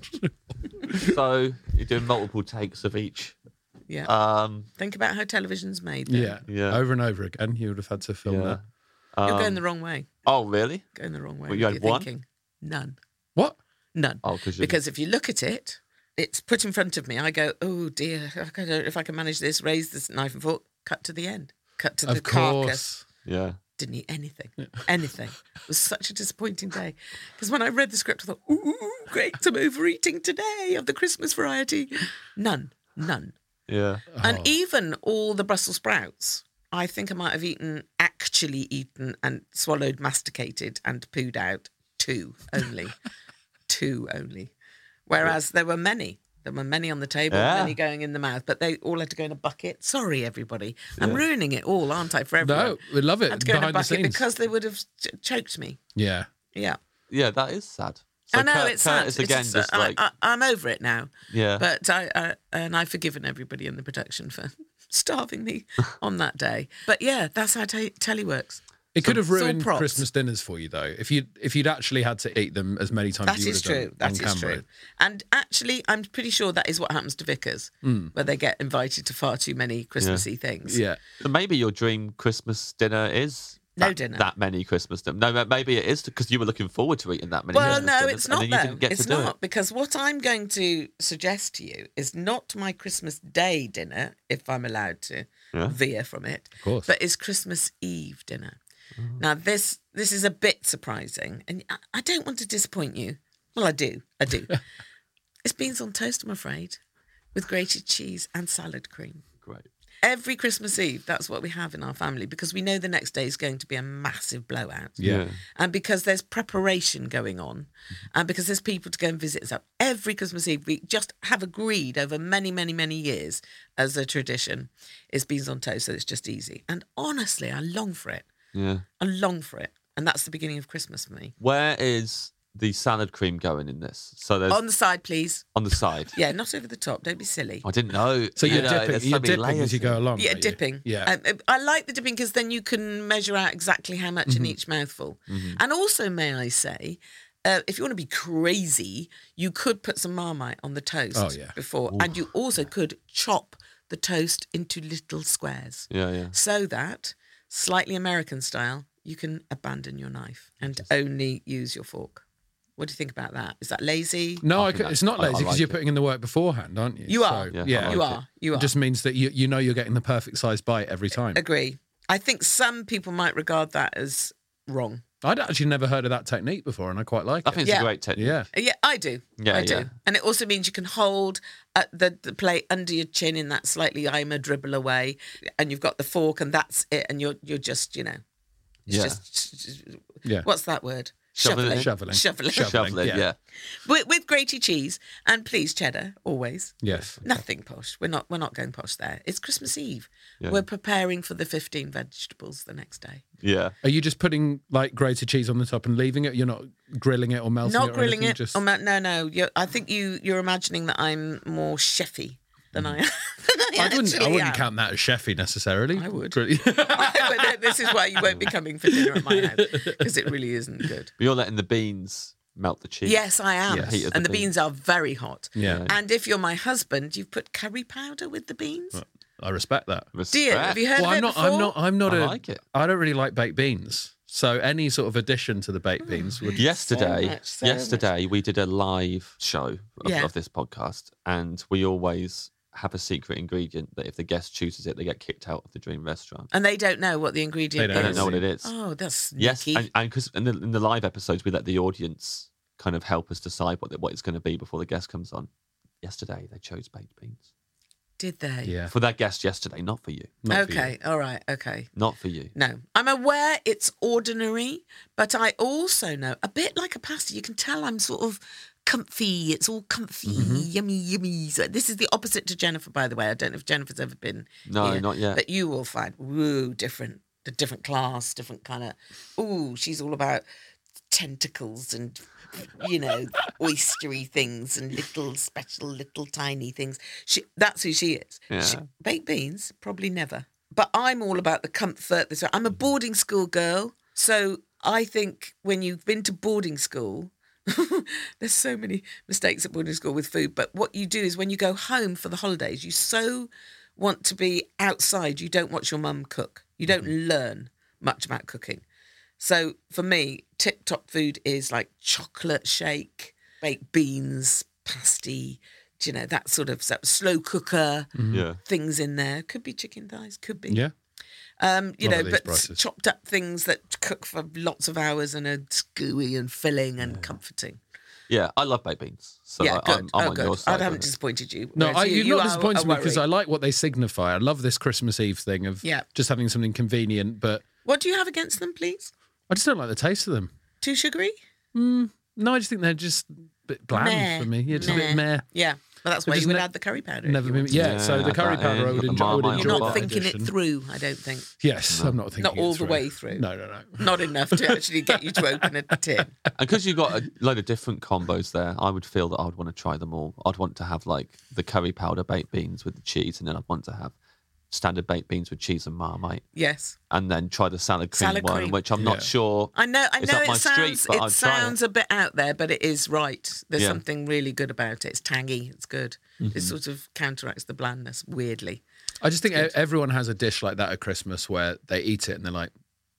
S2: so you're doing multiple takes of each.
S3: Yeah.
S2: Um,
S3: Think about how television's made.
S1: yeah,
S3: then.
S1: yeah,
S2: Yeah.
S1: Over and over again, you would have had to film
S2: yeah.
S1: that.
S3: You're
S2: Um,
S3: going the wrong way.
S2: Oh, really?
S3: Going the wrong way.
S2: Well, you
S3: with
S2: had
S3: your
S2: one?
S3: Thinking. None.
S1: What?
S3: None.
S2: Oh, 'cause you-
S3: because if you look at it, it's put in front of me. I go, oh dear, I don't know if I can manage this. Raise this knife and fork. Cut to the end. Cut to the
S1: Of course.
S3: carcass.
S2: Yeah.
S3: didn't eat anything. Anything. It was such a disappointing day. Because when I read the script, I thought, ooh, great, some overeating today of the Christmas variety. None. None.
S2: Yeah.
S3: And even all the Brussels sprouts, I think I might have eaten, actually eaten and swallowed, masticated and pooed out two only. two only. Whereas there were many. There were many on the table,
S2: Yeah.
S3: many going in the mouth, but they all had to go in a bucket. Sorry, everybody. I'm ruining it all, aren't I, for everyone?
S1: No, we love it.
S3: had to go in a
S1: behind the
S3: bucket
S1: scenes.
S3: because they would have ch- choked me.
S1: yeah.
S3: Yeah.
S2: Yeah, that is sad.
S3: I know
S2: Kurt-
S3: it's
S2: Kurt
S3: sad.
S2: is
S3: It's
S2: again
S3: just, uh,
S2: just
S3: I-
S2: like
S3: I, I'm over it now.
S2: yeah,
S3: But I, I and I've forgiven everybody in the production for starving me on that day. But yeah, that's how te- telly works.
S1: It could have
S3: It's all
S1: ruined
S3: props.
S1: Christmas dinners for you though, if you if you'd actually had to eat them as many times
S3: That
S1: as you
S3: is
S1: would have
S3: true.
S1: done
S3: That is
S1: on camera.
S3: true. And actually, I'm pretty sure that is what happens to Vickers, where they get invited to far too many Christmassy things.
S1: Hmm. Yeah,
S2: So maybe your dream Christmas dinner is
S3: No
S2: that,
S3: dinner.
S2: That many Christmas dinner. No, ma- maybe it is because you were looking forward to eating that many.
S3: Well,
S2: Christmas
S3: no,
S2: dinners,
S3: it's
S2: and
S3: not
S2: then you
S3: though.
S2: didn't get
S3: It's
S2: to do
S3: not because what I'm going to suggest to you is not my Christmas Day dinner, if I'm allowed to
S2: Yeah.
S3: veer from it. Of
S1: course.
S3: but is Christmas Eve dinner.
S2: Oh.
S3: Now this this is a bit surprising, and I, I don't want to disappoint you. Well, I do, I do. it's beans on toast, I'm afraid, with grated cheese and salad cream.
S2: it. Great.
S3: Every Christmas Eve, that's what we have in our family because we know the next day is going to be a massive blowout
S1: yeah,
S3: and because there's preparation going on, and because there's people to go and visit. So every Christmas Eve, we just have agreed over many, many, many years as a tradition is beans on toast, so it's just easy. And honestly, I long for it.
S2: Yeah.
S3: I long for it. And that's the beginning of Christmas for me.
S2: Where is the salad cream going in this? So there's
S3: On
S2: on,
S3: the side, please.
S2: the side.
S3: Yeah, not over the top. Don't be silly.
S2: I didn't know.
S1: So you're
S2: you know,
S1: dipping,
S2: there's so
S1: you're
S2: many
S1: dipping
S2: layers
S1: as you
S2: here.
S1: go along.
S3: Yeah,
S1: aren't you?
S3: dipping.
S1: Yeah,
S3: Um, I like the dipping because then you can measure out exactly how much
S1: Mm-hmm.
S3: in each mouthful. And also, may I say, uh, if you want to be crazy, you could put some marmite on the toast
S1: Oh, yeah.
S3: before, and you also could chop the toast into little squares
S2: Yeah, yeah.
S3: so that, slightly American style, you can abandon your knife and only use your fork. What do you think about that? Is that lazy?
S1: no, I
S2: I think
S1: could,
S2: that's-
S1: it's not
S2: I- I
S1: lazy because
S2: like
S1: you're
S2: it.
S1: putting in the work beforehand, aren't you?
S3: You are.
S1: So,
S2: Yeah, I
S1: yeah,
S3: you
S2: like
S3: are. You are.
S1: It just means that you you know you're getting the perfect size bite every time.
S3: agree. I think some people might regard that as wrong.
S1: I'd actually never heard of that technique before, and I quite like
S2: I
S1: it.
S2: think it's
S3: Yeah.
S2: a great technique.
S1: yeah,
S3: Yeah, I I do.
S2: Yeah,
S3: I do.
S2: yeah.
S3: And it also means you can hold uh, the, the plate under your chin in that slightly I'm a dribble away, and you've got the fork, and that's it. And you're you're just you know, it's
S2: Yeah.
S3: just
S1: Yeah.
S3: what's that word?
S2: Shoveling it in.
S1: Shoveling.
S3: Shoveling.
S1: Shoveling.
S2: Shovel it,
S1: yeah.
S2: yeah.
S3: With, with grated cheese and please cheddar always.
S1: Yes.
S3: Nothing posh. We're not. We're not going posh there. It's Christmas Eve.
S2: Yeah.
S3: We're preparing for the fifteen vegetables the next day.
S2: Yeah.
S1: Are you just putting like grated cheese on the top and leaving it? You're not grilling it or melting it.
S3: not
S1: or
S3: grilling
S1: anything,
S3: it.
S1: Just...
S3: or ma- no, no. You're, I think you. You're imagining that I'm more chefy than I am. than
S1: Mm. I wouldn't. I
S3: actually
S1: wouldn't
S3: am.
S1: count that as chefy necessarily. I would.
S3: but th- this is why you won't be coming for dinner at my house because it really isn't good.
S2: But you're letting the beans melt the cheese.
S3: Yes, I am.
S2: Yes. Heat of the
S3: And the
S2: beans.
S3: beans are very hot.
S1: Yeah.
S3: And if you're my husband, you've put curry powder with the beans.
S1: I respect that.
S3: Dear, have you heard
S1: Well,
S3: of
S1: I'm
S3: it
S1: not.
S3: before?
S1: I'm not. I'm not
S2: I
S1: a.
S2: like it.
S1: I don't really like baked beans. So any sort of addition to the
S3: Oh,
S1: baked beans would.
S2: Yesterday,
S3: much, Oh, so
S2: yesterday we did a live show of,
S3: Yeah.
S2: of this podcast, and we always have a secret ingredient that if the guest chooses it, they get kicked out of the dream restaurant.
S3: And they don't know what the
S1: They
S3: ingredient
S2: They
S1: don't
S2: don't
S3: is.
S2: know what it is.
S3: Oh, that's
S2: yes,
S3: sneaky.
S2: and because in, the, in the live episodes we let the audience kind of help us decide what the, what it's going to be before the guest comes on. Yesterday they chose baked beans
S3: Did they?
S1: Yeah.
S2: for that guest yesterday, not for you,
S1: Not for you.
S3: okay. All right. Okay.
S2: not for you.
S3: No, I'm aware it's ordinary, but I also know a bit like a pasta. You can tell I'm sort of comfy. It's all comfy,
S2: Mm-hmm.
S3: yummy, yummy. So this is the opposite to Jennifer, by the way. I don't know if Jennifer's ever been.
S2: No,
S3: here,
S2: not yet.
S3: But you will find woo different, a different class, different kind of. Ooh, she's all about tentacles and you know oystery things and little special little tiny things she that's who she is she,
S2: Yeah.
S3: baked beans probably never but i'm all about the comfort this i'm a boarding school girl so i think when you've been to boarding school there's so many mistakes at boarding school with food but what you do is when you go home for the holidays you so want to be outside you don't watch your mum cook you don't learn much about cooking so for me, tip top food is like chocolate shake, baked beans, pasty, do you know, that sort of stuff. Slow cooker
S2: Yeah,
S3: things in there. Could be chicken thighs, could be.
S1: Mm-hmm. Yeah.
S3: Um, you
S1: Not
S3: know,
S1: at these
S3: but
S1: prices.
S3: chopped up things that cook for lots of hours and are gooey and filling and comforting.
S2: yeah, I love baked beans, so
S3: yeah,
S2: I,
S3: good.
S2: I'm, I'm
S3: oh,
S2: on
S3: good.
S2: your side.
S3: I haven't
S2: on it.
S3: disappointed you.
S1: No,
S3: whereas
S1: I,
S3: you,
S1: you're
S3: you
S1: not
S3: are
S1: disappointed
S3: a
S1: me because I
S3: worry.
S1: like what they signify. I love this Christmas Eve thing of
S3: Yeah.
S1: just having something convenient, but
S3: What do you have against them, please?
S1: I just don't like the taste of them.
S3: Too sugary?
S1: No, I just think they're just a bit bland
S3: Meh.
S1: for me. Yeah, just a bit
S3: Meh.
S1: meh.
S3: Yeah. Well, that's
S1: It
S3: why you
S1: doesn't
S3: would
S1: ne-
S3: add the curry powder. if
S1: Never
S3: you
S1: been.
S3: wanted.
S1: Yeah,
S2: Yeah,
S1: so the
S2: add
S1: curry
S2: that
S1: powder I
S2: in,
S1: would
S2: put
S1: enjoy. I would
S2: Marmite
S1: enjoy
S3: You're
S2: Enjoy
S3: not
S1: that
S3: thinking
S1: addition.
S3: it through, I don't think.
S1: Yes, I'm not thinking
S3: Not
S1: it
S3: all the way through.
S1: No, no, no.
S3: Not enough to actually get you to open a tin.
S2: And because you've got a load of different combos there, I would feel that I would want to try them all. I'd want to have like the curry powder baked beans with the cheese, and then I'd want to have standard baked beans with cheese and marmite,
S3: Yes.
S2: and then try the salad cream
S3: Salad
S2: one,
S3: cream.
S2: which I'm
S1: Yeah.
S2: not sure.
S3: I know I
S2: It's
S3: know
S2: up my
S3: it sounds
S2: street, but
S3: it
S2: I'd try it.
S3: sounds a bit out there, but it is right. There's
S2: Yeah.
S3: something really good about it. It's tangy, it's good.
S1: Mm-hmm.
S3: It sort of counteracts the blandness, weirdly.
S1: I just think e- everyone has a dish like that at Christmas where they eat it and they're like,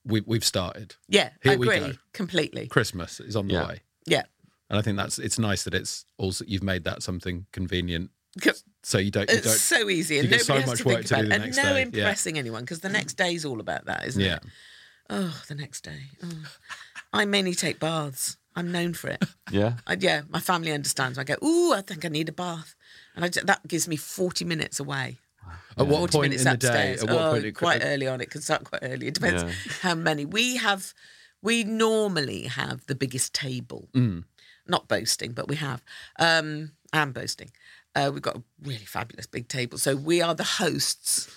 S1: we, we've started.
S3: Yeah, I
S1: Here we
S3: agree.
S1: go.
S3: Completely.
S1: Christmas is on the
S2: Yeah.
S1: way.
S3: Yeah.
S1: And I think that's it's nice that it's also you've made that something convenient, so you don't you
S3: It's
S1: don't
S3: so easy and
S1: you get
S3: nobody
S1: so
S3: has
S1: much
S3: to
S1: work
S3: think
S1: to do
S3: about
S1: the
S3: it. And
S1: next
S3: no
S1: day, yeah.
S3: impressing anyone, because the next day is all about that, isn't
S1: yeah
S3: it? Oh, the next day. Oh. I mainly take baths. I'm known for it.
S2: Yeah.
S3: I, yeah, my family understands. I go, ooh, I think I need a bath, and I ju- that gives me forty minutes away.
S1: At what
S3: 40
S1: point
S3: minutes
S1: in the day?
S3: upstairs.
S1: At what
S3: oh,
S1: point? It,
S3: quite early on. It can start quite early. It depends
S2: Yeah.
S3: how many we have. We normally have the biggest table.
S1: Hmm.
S3: Not boasting, but we have. Um, I'm boasting. Uh, we've got a really fabulous big table, so we are the hosts,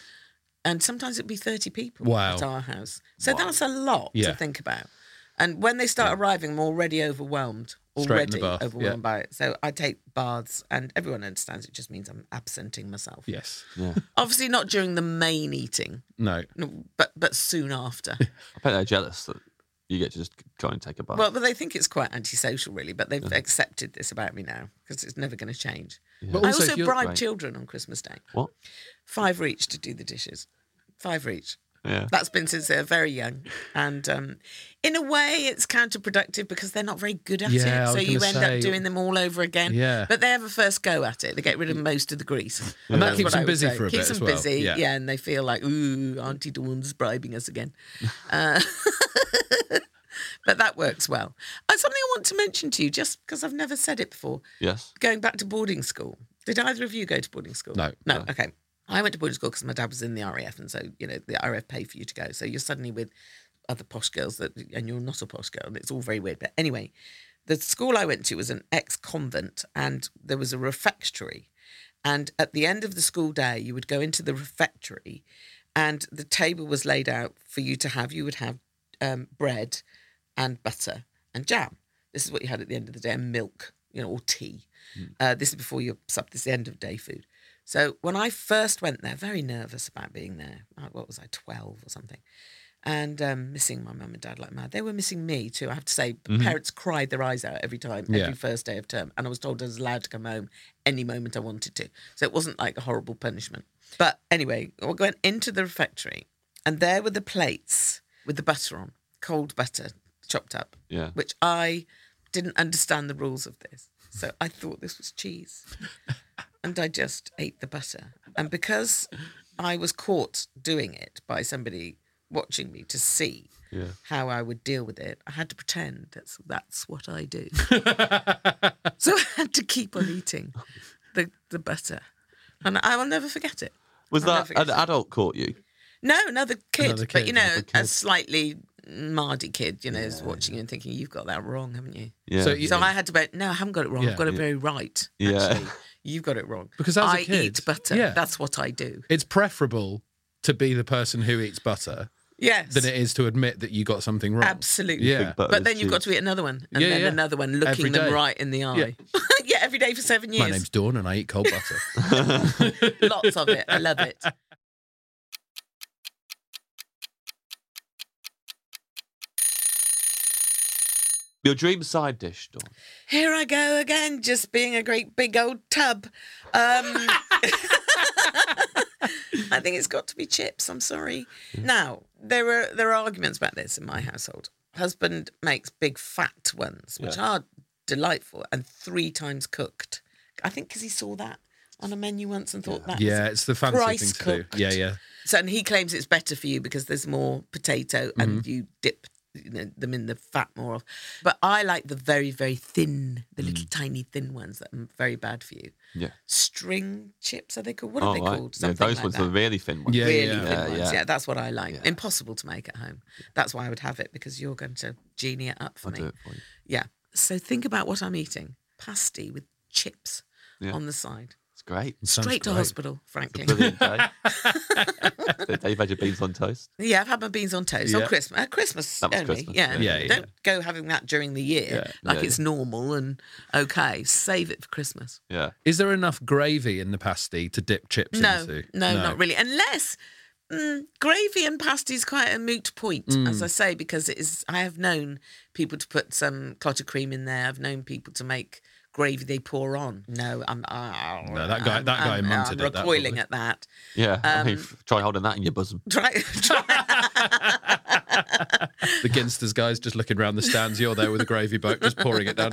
S3: and sometimes it'd be thirty people
S1: Wow.
S3: at our house. So that's a lot
S1: Yeah.
S3: to think about. And when they start arriving, I'm already overwhelmed.
S1: Straight in the
S3: Already
S1: bath, yeah.
S3: overwhelmed by it. So I take baths, and everyone understands it just means I'm absenting myself.
S1: Yes.
S2: Yeah.
S3: Obviously, not during the main eating,
S1: No.
S3: no, but but soon after.
S2: I bet they're jealous that you get to just go and take a bath.
S3: well, but they think it's quite antisocial, really. But they've accepted this about me now because it's never going to change.
S1: But
S3: I also
S1: if you're-
S3: bribe
S2: Right.
S3: children on Christmas Day,
S2: what?
S3: five for each to do the dishes, five for each.
S2: Yeah.
S3: That's been since they're very young, and um, in a way, it's counterproductive because they're not very good at
S1: Yeah, I
S3: it.
S1: was
S3: So you
S1: gonna
S3: end
S1: say-
S3: up doing them all over again.
S1: Yeah.
S3: But they have a first go at it. They get rid of most of the grease,
S1: And that
S3: That's
S1: keeps
S3: what
S1: them
S3: I would
S1: busy
S3: say.
S1: for a
S3: keeps
S1: bit as
S3: them
S1: well.
S3: busy,
S1: Yeah.
S3: yeah. and they feel like, ooh, Auntie Dawn's bribing us again. Uh, but that works well. Uh, something I want to mention to you, just because I've never said it before,
S2: Yes.
S3: going back to boarding school. Did either of you go to boarding school?
S1: No.
S3: No. Okay. I went to boarding school because my dad was in the RAF, and so you know the RAF paid for you to go. So you're suddenly with other posh girls that, and you're not a posh girl, and it's all very weird. But anyway, the school I went to was an ex-convent, and there was a refectory. And at the end of the school day, you would go into the refectory, and the table was laid out for you to have. You would have um, bread and butter and jam. This is what you had at the end of the day, and milk, you know, or tea. Uh, this is before your sub. This is the end of day food. So when I first went there, very nervous about being there. Uh, What was I, twelve or something? And um, missing my mum and dad like mad. They were missing me too. I have to say, parents cried their eyes out every time,
S1: Yeah.
S3: every first day of term. And I was told I was allowed to come home any moment I wanted to. So it wasn't like a horrible punishment. But anyway, I went into the refectory, and there were the plates with the butter on, cold butter chopped up
S2: Yeah.
S3: which I didn't understand the rules of this. So I thought this was cheese. and I just ate the butter. And because I was caught doing it by somebody watching me to see
S2: Yeah.
S3: how I would deal with it, I had to pretend that's that's what I do. so I had to keep on eating the, the butter. And I will never forget it.
S2: Was
S3: I'll
S2: that
S3: never
S2: an
S3: forget it.
S2: adult caught you?
S3: No, another kid,
S1: Another
S3: but
S1: kid,
S3: you know,
S1: another
S3: a slightly mardy kid, you know, is watching you and thinking, you've got that wrong, haven't you?
S2: Yeah.
S1: So you-
S3: So I had to be, no, I haven't got it wrong.
S1: Yeah.
S3: I've got it very right.
S2: Yeah.
S3: Actually, you've got it wrong.
S1: Because as a
S3: I
S1: kid,
S3: eat butter.
S1: yeah.
S3: That's what I do.
S1: It's preferable to be the person who eats butter
S3: Yes.
S1: than it is to admit that you got something wrong.
S3: Absolutely.
S1: Yeah.
S2: Big butter
S3: But
S2: is
S3: then you've got
S2: cheese.
S3: to eat another one and
S1: Yeah,
S3: then
S1: yeah.
S3: another one,
S1: Every
S3: looking
S1: day.
S3: them right in the eye. Yeah, every day for seven
S1: My
S3: years.
S1: name's Dawn and I eat cold butter.
S3: Lots of it. I love it.
S2: Your dream side dish, Dawn.
S3: Here I go again, just being a great big old tub. Um, I think it's got to be chips. I'm sorry. Now there are there are arguments about this in my household. Husband makes big fat ones, which are delightful and three times cooked. I think because he saw that on a menu once and thought that.
S1: yeah, it's the fancy thing
S3: Thrice
S1: to
S3: cooked.
S1: do. Yeah, yeah.
S3: So and he claims it's better for you because there's more potato and
S2: Mm-hmm.
S3: you dip you know, them in the fat more of. But I like the very very thin, the little
S2: Mm.
S3: tiny thin ones that are very bad for you.
S2: Yeah.
S3: String chips are they called? What are they
S2: right.
S3: called?
S2: Oh, Yeah,
S3: Something
S2: those
S3: like
S2: ones
S3: that.
S2: are really thin ones.
S1: Yeah,
S3: really
S1: yeah.
S3: thin ones. Yeah.
S2: yeah.
S3: that's what I like.
S2: Yeah.
S3: Impossible to make at home. That's why I would have it because you're going to genie it up for
S2: I'll
S3: me.
S2: do it for you.
S3: Yeah. So think about what I'm eating: pasty with chips
S2: Yeah.
S3: on the side.
S2: It's great.
S1: Sounds
S3: Straight to
S1: great.
S3: hospital, frankly.
S2: Brilliant day. They've had your beans on toast.
S3: Yeah, I've had my beans on toast
S1: Yeah.
S3: on Christmas. At Christmas
S2: That was
S3: only.
S2: Christmas,
S3: Yeah.
S2: yeah.
S1: Yeah,
S3: Don't go having that during the year
S1: Yeah.
S3: like
S2: Yeah,
S3: it's normal and okay. Save it for Christmas.
S2: Yeah.
S1: Is there enough gravy in the pasty to dip chips
S3: No, no,
S1: into?
S3: not really. Unless mm, gravy and pasty is quite a moot point,
S1: Mm.
S3: as I say, because it is. I have known people to put some clotted cream in there. I've known people to make gravy they pour on. No, I'm. I, I-
S1: No, that guy-
S3: I'm-
S1: that guy
S3: I'm,
S1: munted
S3: I'm
S1: at that,
S3: recoiling
S1: probably.
S3: at that.
S2: Yeah. I mean,
S3: Um,
S2: f- try holding that in your bosom.
S3: Try, try.
S1: The Ginsters guy's just looking round the stands. You're there with a gravy boat, just pouring it down.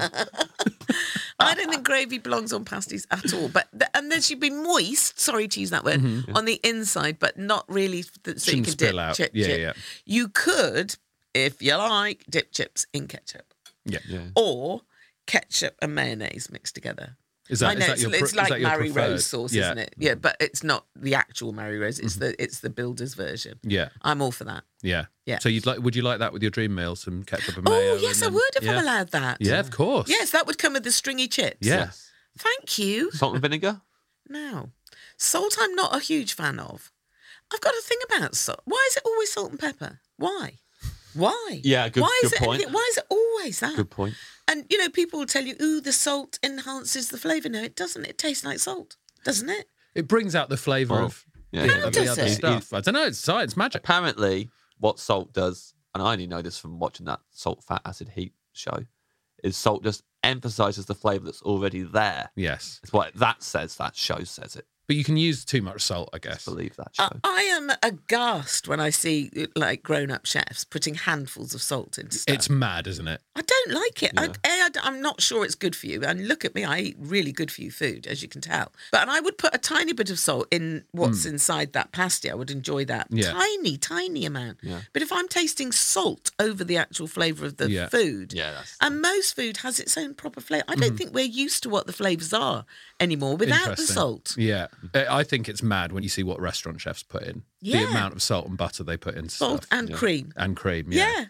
S3: I don't think gravy belongs on pasties at all. But th- and then she'd be moist. Sorry to use that word on the inside, but not really f- th-
S1: Mm-hmm.
S3: so
S1: Shouldn't
S3: you can
S1: spill
S3: dip,
S1: out.
S3: Chip,
S1: Yeah,
S3: chip.
S1: yeah.
S3: You could, if you like, dip chips in ketchup
S2: Yeah.
S3: or ketchup and mayonnaise mixed together.
S1: Is that,
S3: I know
S1: is that
S3: it's,
S1: your, pre-
S3: it's
S1: is
S3: like
S1: that your
S3: Mary
S1: preferred?
S3: Rose sauce,
S1: yeah. Mm-hmm.
S3: isn't it? Yeah, but it's not the actual Mary Rose. It's the it's the builder's version.
S1: Yeah,
S3: I'm all for that.
S1: yeah,
S3: Yeah.
S1: So you'd like? Would you like that with your dream meal? Some ketchup and mayo.
S3: Oh yes, I
S1: and then-
S3: would if
S1: yeah.
S3: I'm allowed that.
S1: Yeah, of course.
S3: Yes, that would come with the stringy chips.
S1: Yeah.
S3: Thank you.
S2: Salt and vinegar?
S3: No. Salt, I'm not a huge fan of. I've got a thing about salt. Why is it always salt and pepper? Why? Why?
S2: Yeah, good-
S3: why is
S2: good
S3: it
S2: point.
S3: anything- Why is it always that?
S2: Good point.
S3: And you know, people will tell you, "Ooh, the salt enhances the flavour." No, it doesn't. It tastes like salt, doesn't it?
S1: It brings out the flavour
S2: Oh,
S1: of,
S2: yeah.
S1: yeah, of the
S3: does
S1: other
S3: it?
S1: stuff. I don't know. It's science magic.
S2: Apparently, what salt does, and I only know this from watching that salt, fat, acid, heat show, is salt just emphasizes the flavor that's already there.
S1: Yes.
S2: It's what that says, that show says it.
S1: But you can use too much salt, I guess.
S2: Believe that show.
S3: I, I am aghast when I see like grown-up chefs putting handfuls of salt into stuff.
S1: It's mad, isn't it?
S3: I don't like it. I, A, I, am not sure it's good for you. And look at me, I eat really good for you food, as you can tell. But and I would put a tiny bit of salt in what's inside that pasty. I would enjoy that
S1: Hmm. Yeah.
S3: tiny, tiny amount.
S2: Yeah.
S3: But if I'm tasting salt over the actual flavour of the
S1: Yeah. Mm-hmm.
S3: food,
S2: Yeah, that's-
S3: and most food has its own proper flavour. I don't think we're used to what the flavours are anymore without the
S1: Interesting.
S3: salt.
S1: Yeah. I I think it's mad when you see what restaurant chefs put in. The
S3: Yeah.
S1: amount of salt and butter they put into
S3: Salt
S1: stuff.
S3: and cream.
S1: And cream.
S3: Yeah.
S1: Yeah.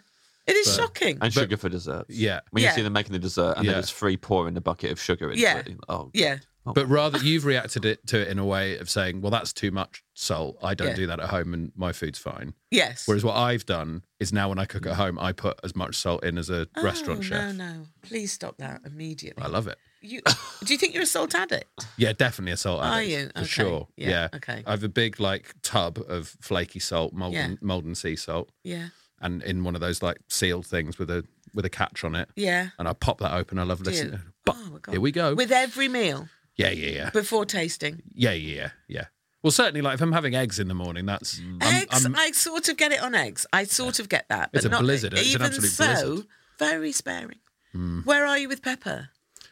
S3: It is
S1: But-
S3: shocking.
S1: But-
S2: and sugar for desserts.
S1: Yeah.
S2: When you
S3: Yeah.
S2: see them making the dessert and
S1: Yeah.
S2: they just free pouring a bucket of sugar into
S3: Yeah.
S2: it. you're like, Oh,
S3: yeah.
S1: But rather, you've reacted it, to it in a way of saying, well, that's too much salt. I don't
S3: Yeah.
S1: do that at home and my food's fine.
S3: Yes.
S1: Whereas what I've done is now when I cook at home, I put as much salt in as a
S3: Oh,
S1: restaurant chef.
S3: No, no. Please stop that immediately.
S1: I love it.
S3: You, do you think you're a salt addict?
S1: Yeah, definitely a salt
S3: Are
S1: addict.
S3: you?
S1: For
S3: Okay.
S1: sure.
S3: Yeah,
S1: Yeah,
S3: okay.
S1: I have a big like tub of flaky salt, molten
S3: Yeah.
S1: molten sea salt,
S3: Yeah.
S1: and in one of those like sealed things with a with a catch on it.
S3: Yeah.
S1: And I pop that open. I love
S3: Do you?
S1: listening. But
S3: Oh, my God.
S1: here we go.
S3: With every meal
S1: yeah, yeah, yeah,
S3: before tasting.
S1: yeah, yeah, yeah, yeah. Well, certainly, like if I'm having eggs in the morning, that's I'm-
S3: eggs,
S1: I'm-
S3: I sort of get it on eggs. I sort of get that. But
S1: It's a
S3: not,
S1: blizzard. It's an
S3: even
S1: absolute
S3: so,
S1: blizzard. Hmm.
S3: very sparing. Where are you with pepper?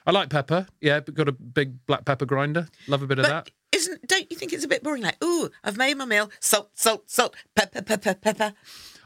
S1: I like pepper. Yeah, but got a big black pepper grinder. Love a bit of
S3: But
S1: that.
S3: isn't don't you think it's a bit boring? Like, ooh, I've made my meal. Salt, salt, salt, pepper, pepper, pepper.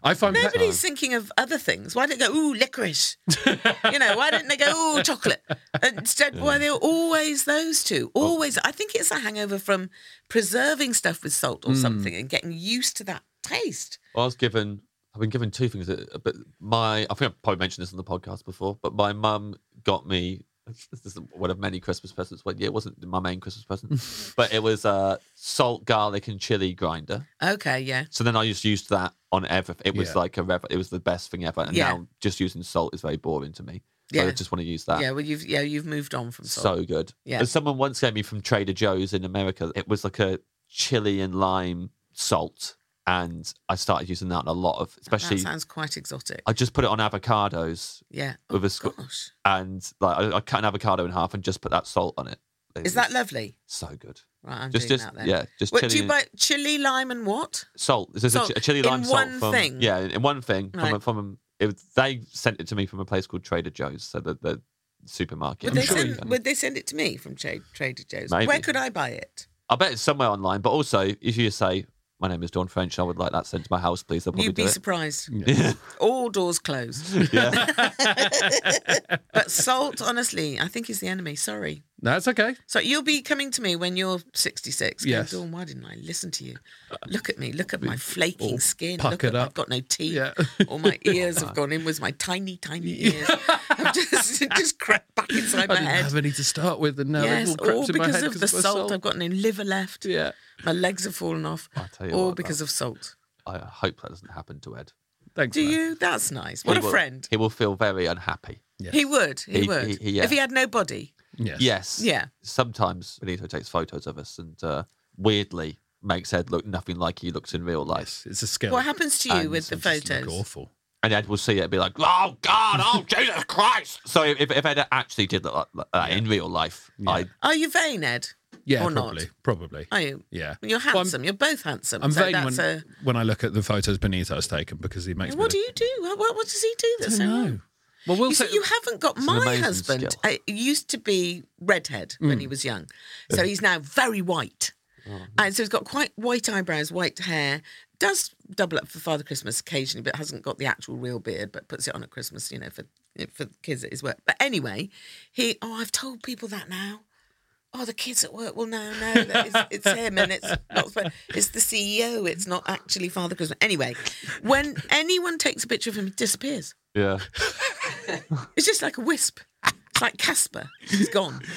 S1: I find pe-
S3: Nobody's thinking of other things. Why don't they go, ooh, licorice? you know, why don't they go, ooh, chocolate? Instead, why are they always those two?
S2: Oh.
S3: Always. I think it's a hangover from preserving stuff with salt
S2: Hmm.
S3: or something and getting used to that taste.
S2: I was given. I've been given two things, that- but my I think I probably mentioned this on the podcast before. But my mum got me this is one of many Christmas presents. Well, yeah, it wasn't my main Christmas present, but it was a salt, garlic, and chili grinder.
S3: Okay, yeah.
S2: So then I just used that on everything. It was
S1: Yeah.
S2: like a rev- it was the best thing ever. And
S3: Yeah.
S2: now just using salt is very boring to me. So
S3: Yeah.
S2: I just want to use that.
S3: Yeah, well, you've yeah you've moved on from salt.
S2: Ah. so good.
S3: Yeah.
S2: And Someone once gave me from Trader Joe's in America. It was like a chili and lime salt, and I started using that on a lot of,
S3: that
S2: especially.
S3: sounds quite exotic.
S2: I just put it on avocados,
S3: yeah. Oh,
S2: with a squ-
S3: gosh,
S2: and like I, I cut an avocado in half and just put that salt on it. It
S3: is that
S2: was
S3: lovely?
S2: so good?
S3: Right, I'm
S2: Just-
S3: doing
S2: just-
S3: that then.
S2: yeah, just
S3: What do
S2: chili
S3: you buy? Chili, lime, and what?
S2: Salt. This is a
S3: Salt.
S2: chi- a chili
S3: In
S2: lime salt
S3: one
S2: from
S3: thing?
S2: yeah, in one thing from a,
S3: Right.
S2: from a, it, was- they sent it to me from a place called Trader Joe's, so the, the supermarket.
S3: Would
S2: I'm
S3: they,
S2: sure you
S3: send,
S2: can-
S3: would they send it to me from Tra- Trader Joe's?
S2: Maybe.
S3: Where could I buy it?
S2: I bet it's somewhere online. But also, if you say my name is Dawn French, I would like that sent to my house, please. They'll probably
S3: You'd
S2: do
S3: be
S2: it.
S3: surprised. All doors closed.
S2: Yeah.
S3: But salt, honestly, I think is the enemy. Sorry.
S1: no, it's okay.
S3: So you'll be coming to me when you're 66. going,
S1: Yes.
S3: Dawn, why didn't I listen to you? Look at me. Look at my flaking skin. Look
S1: puckered
S3: at
S1: up.
S3: I've got no teeth.
S1: Yeah.
S3: All my ears have gone in with my tiny, tiny ears. I've just, it just crept back
S1: I
S3: inside my
S1: didn't
S3: head.
S1: have any to start with, and now
S3: yes,
S1: it all
S3: all
S1: crept in my
S3: because
S1: head
S3: of the
S1: my
S3: salt. I've got no liver left.
S1: Yeah.
S3: My legs have fallen off.
S2: I'll tell you
S3: all
S2: what,
S3: because
S2: that-
S3: of salt.
S2: I hope that doesn't happen to Ed.
S1: Thanks.
S3: Do
S1: man.
S3: you? That's nice. What
S2: He
S3: a
S2: will-
S3: friend.
S2: He will feel very unhappy.
S1: Yes.
S3: He would. He,
S2: He-
S3: would.
S2: he- he- yeah.
S3: If he had no body.
S1: Yes.
S2: Yes.
S3: Yeah.
S2: Sometimes Benito takes photos of us and uh, weirdly makes Ed look nothing like he looks in real life.
S1: Yes, It's a skill.
S3: What happens to you
S2: And
S3: with the
S1: Just look
S3: photos?
S1: Awful.
S2: And Ed will see it and be like, oh, God, oh, Jesus Christ. So if, if Ed actually did look like that in real life, I.
S3: Are you vain, Ed?
S1: Yeah,
S3: Or not.
S1: probably. Probably.
S3: Are you?
S1: yeah.
S3: You're
S1: Well, I'm-
S3: handsome. You're both handsome.
S1: I'm
S3: so
S1: vain
S3: that's
S1: when, when I look at the photos Benito's taken because he makes
S3: a.
S1: me.
S3: What do
S1: look-
S3: you do? What, what, what does he do
S1: I
S3: that's
S1: don't
S3: so wrong?
S1: know. Well, we'll
S3: You, see,
S1: take-
S3: you haven't got
S2: It's an
S3: my
S2: amazing
S3: husband.
S2: skill. Mm.
S3: Uh, he used to be redhead when he was young, so he's now very white,
S2: Oh.
S3: and so he's got quite white eyebrows, white hair. Does double up for Father Christmas occasionally, but hasn't got the actual real beard, but puts it on at Christmas, you know, for for the kids at his work. But anyway, he. Oh, I've told people that now. Oh, the kids at work will now know that it's, it's him and it's not. sp- It's the CEO. It's not actually Father Christmas. Anyway, when anyone takes a picture of him, he disappears.
S2: Yeah.
S3: It's just like a wisp. It's like Casper. He's gone.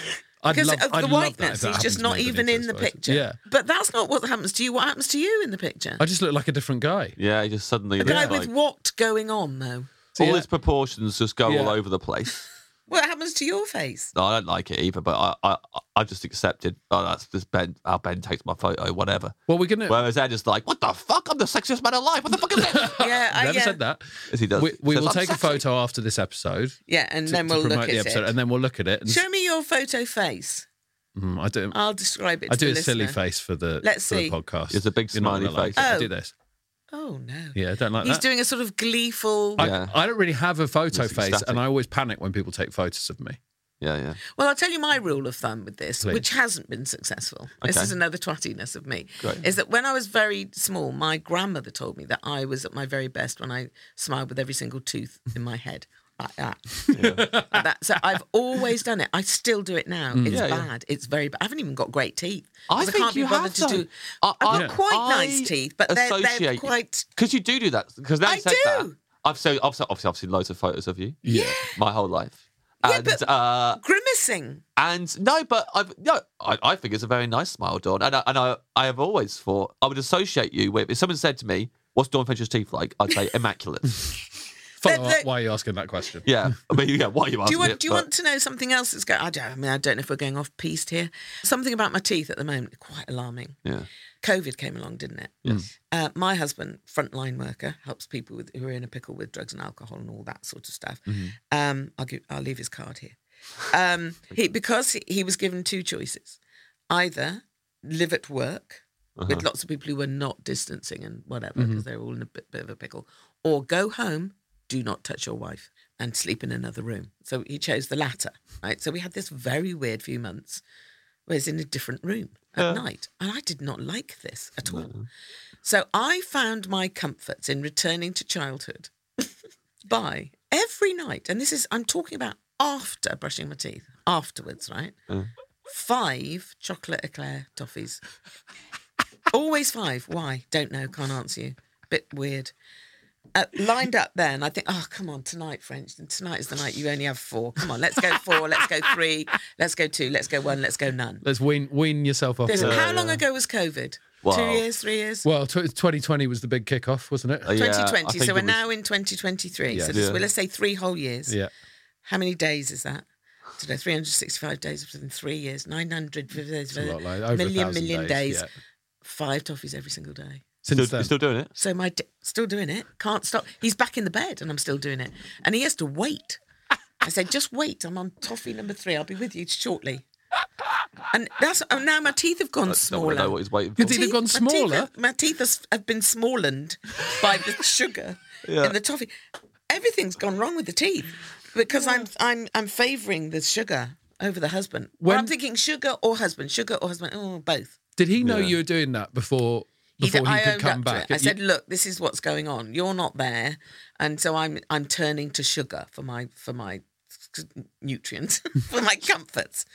S1: I'd
S3: Because
S1: love,
S3: of the
S1: I'd love that if
S3: whiteness,
S1: that
S3: he's
S1: happened
S3: just
S1: to
S3: not
S1: me,
S3: even
S1: Benito's
S3: in the
S1: photos.
S3: picture.
S1: Yeah.
S3: But that's not what happens to you. What happens to you in the picture?
S1: I just look like a different guy.
S2: Yeah, he just suddenly.
S3: A
S2: looks
S3: guy
S2: like-
S3: with what going on, though?
S1: So,
S2: all
S1: yeah.
S2: his proportions just go all
S1: Yeah.
S2: over the place.
S3: What happens to your face?
S2: No, I don't like it either, but I, I, I just accepted. Oh, that's just Ben. How Ben takes my photo, whatever.
S1: Well, we're gonna.
S2: Whereas Ed is like, "What the fuck? I'm the sexiest man alive. What the fuck is this?"
S3: Yeah, I,
S1: never
S3: yeah.
S1: said that.
S2: Yes, he does.
S1: We, we
S2: Says,
S1: will
S2: "I'm
S1: take a
S2: sexy."
S1: photo after this episode
S3: Yeah, and
S1: to,
S3: then
S1: to
S3: we'll
S1: promote
S3: look at
S1: the episode,
S3: it.
S1: and then we'll look at it. And
S3: Show me your photo face.
S1: Mm, I do.
S3: I'll describe it.
S1: I
S3: to
S1: do a
S3: the
S1: silly
S3: listener.
S1: face for the
S3: Let's
S1: for the
S3: see.
S1: podcast.
S2: It's a big
S1: You're not gonna
S2: smiley
S1: like
S2: face.
S1: it. I
S3: Oh.
S1: do this.
S3: Oh no.
S1: Yeah, I don't like
S3: He's
S1: that.
S3: doing a sort of gleeful.
S1: I,
S2: Yeah.
S1: I don't really have a photo
S2: It's
S1: face,
S2: ecstatic.
S1: and I always panic when people take photos of me.
S2: Yeah, yeah.
S3: Well, I'll tell you my rule of thumb with this,
S1: Please.
S3: which hasn't been successful. This
S2: Okay.
S3: is another twattiness of me.
S2: Great.
S3: Is that when I was very small, my grandmother told me that I was at my very best when I smiled with every single tooth in my head. Like that. Like that. So I've always done it. I still do it now. It's
S2: Mm. Yeah, yeah.
S3: bad. It's very bad. I haven't even got great teeth.
S2: I
S3: 'Cause
S2: think
S3: can't
S2: you
S3: be bothered
S2: have done.
S3: to do.
S2: I-
S3: I've
S2: I-
S3: got quite
S2: I
S3: nice teeth, but they're, they're
S2: associate-
S3: quite.
S2: Because you do do that. Because now
S3: I
S2: you said that,
S3: do.
S2: I've so I've, so- obviously I've seen loads of photos of you.
S1: Yeah.
S2: My whole life.
S3: Yeah,
S2: and
S3: but-
S2: uh,
S3: Grimacing.
S2: and no, but I've no. I, I think it's a very nice smile, Dawn. And I, and I I have always thought I would associate you with. If someone said to me, "What's Dawn Fincher's teeth like?" I'd say immaculate.
S1: Follow
S3: That-
S1: up.
S3: that-
S1: Why are you asking that question?
S2: yeah. I mean, yeah. Why are you asking
S3: Do you want?
S2: it?
S3: do you
S2: But-
S3: want to know something else that's going? I don't. I mean, I don't know if we're going off piste here. Something about my teeth at the moment quite alarming.
S2: Yeah.
S3: COVID came along, didn't it? Yes. Uh, my husband, frontline worker, helps people with, who are in a pickle with drugs and alcohol and all that sort of stuff. Um, I'll, give, I'll leave his card here. Um, he, because he- he was given two choices either live at work with lots of people who were not distancing and whatever, because they're all in a bit, bit of a pickle, or go home, do not touch your wife, and sleep in another room. So he chose the latter, right? So we had this very weird few months where it's in a different room at night. And I did not like this at all. So I found my comforts in returning to childhood by every night, and this is, I'm talking about after brushing my teeth, afterwards, right? Five chocolate eclair toffees. Always five. Why? Don't know. Can't answer you. Bit weird. Uh, lined up then, I think, oh, come on, tonight, French. Tonight is the night you only have four. Come on, let's go four, let's go three, let's go two, let's go one, let's go none.
S1: Let's wean wean yourself off.
S3: There's,
S1: the-
S3: how long ago was COVID? Two
S2: Wow.
S3: years, three years?
S1: well, tw 2020 was the big kickoff, wasn't it?
S2: Uh, yeah, I
S3: 2020.
S2: think
S3: so
S2: it
S3: we're
S2: was-
S3: now in 2023.
S1: Yeah.
S3: So this,
S2: Yeah.
S3: well, let's say three whole years.
S1: Yeah.
S3: How many days is that? I don't know, 365 days within three years, 900
S1: It's a lot like over a
S3: million,
S1: thousand
S3: million days,
S1: yeah.
S3: five toffees every single day.
S1: Since
S2: still,
S1: then,
S2: you're still doing it?
S3: So my d- still doing it. Can't stop. He's back in the bed, and I'm still doing it. And he has to wait. I said, just wait. I'm on toffee number three. I'll be with you shortly. And that's and now my teeth have gone
S2: Don't want
S3: smaller.
S2: to know what he's waiting for.
S1: Your teeth have gone
S3: my teeth
S1: smaller.
S3: have- My teeth, has- have been smallened by the sugar in the toffee. Everything's gone wrong with the teeth because I'm I'm I'm favouring the sugar over the husband. Well,
S1: When-
S3: I'm thinking sugar or husband, sugar or husband, oh both.
S1: Did he know you were doing that before
S3: He d-
S1: before he,
S3: I
S1: could
S3: owned
S1: come
S3: up to
S1: back?
S3: it. I
S1: You-
S3: said, "Look, this is what's going on. You're not there, and so I'm I'm turning to sugar for my for my nutrients for my comforts."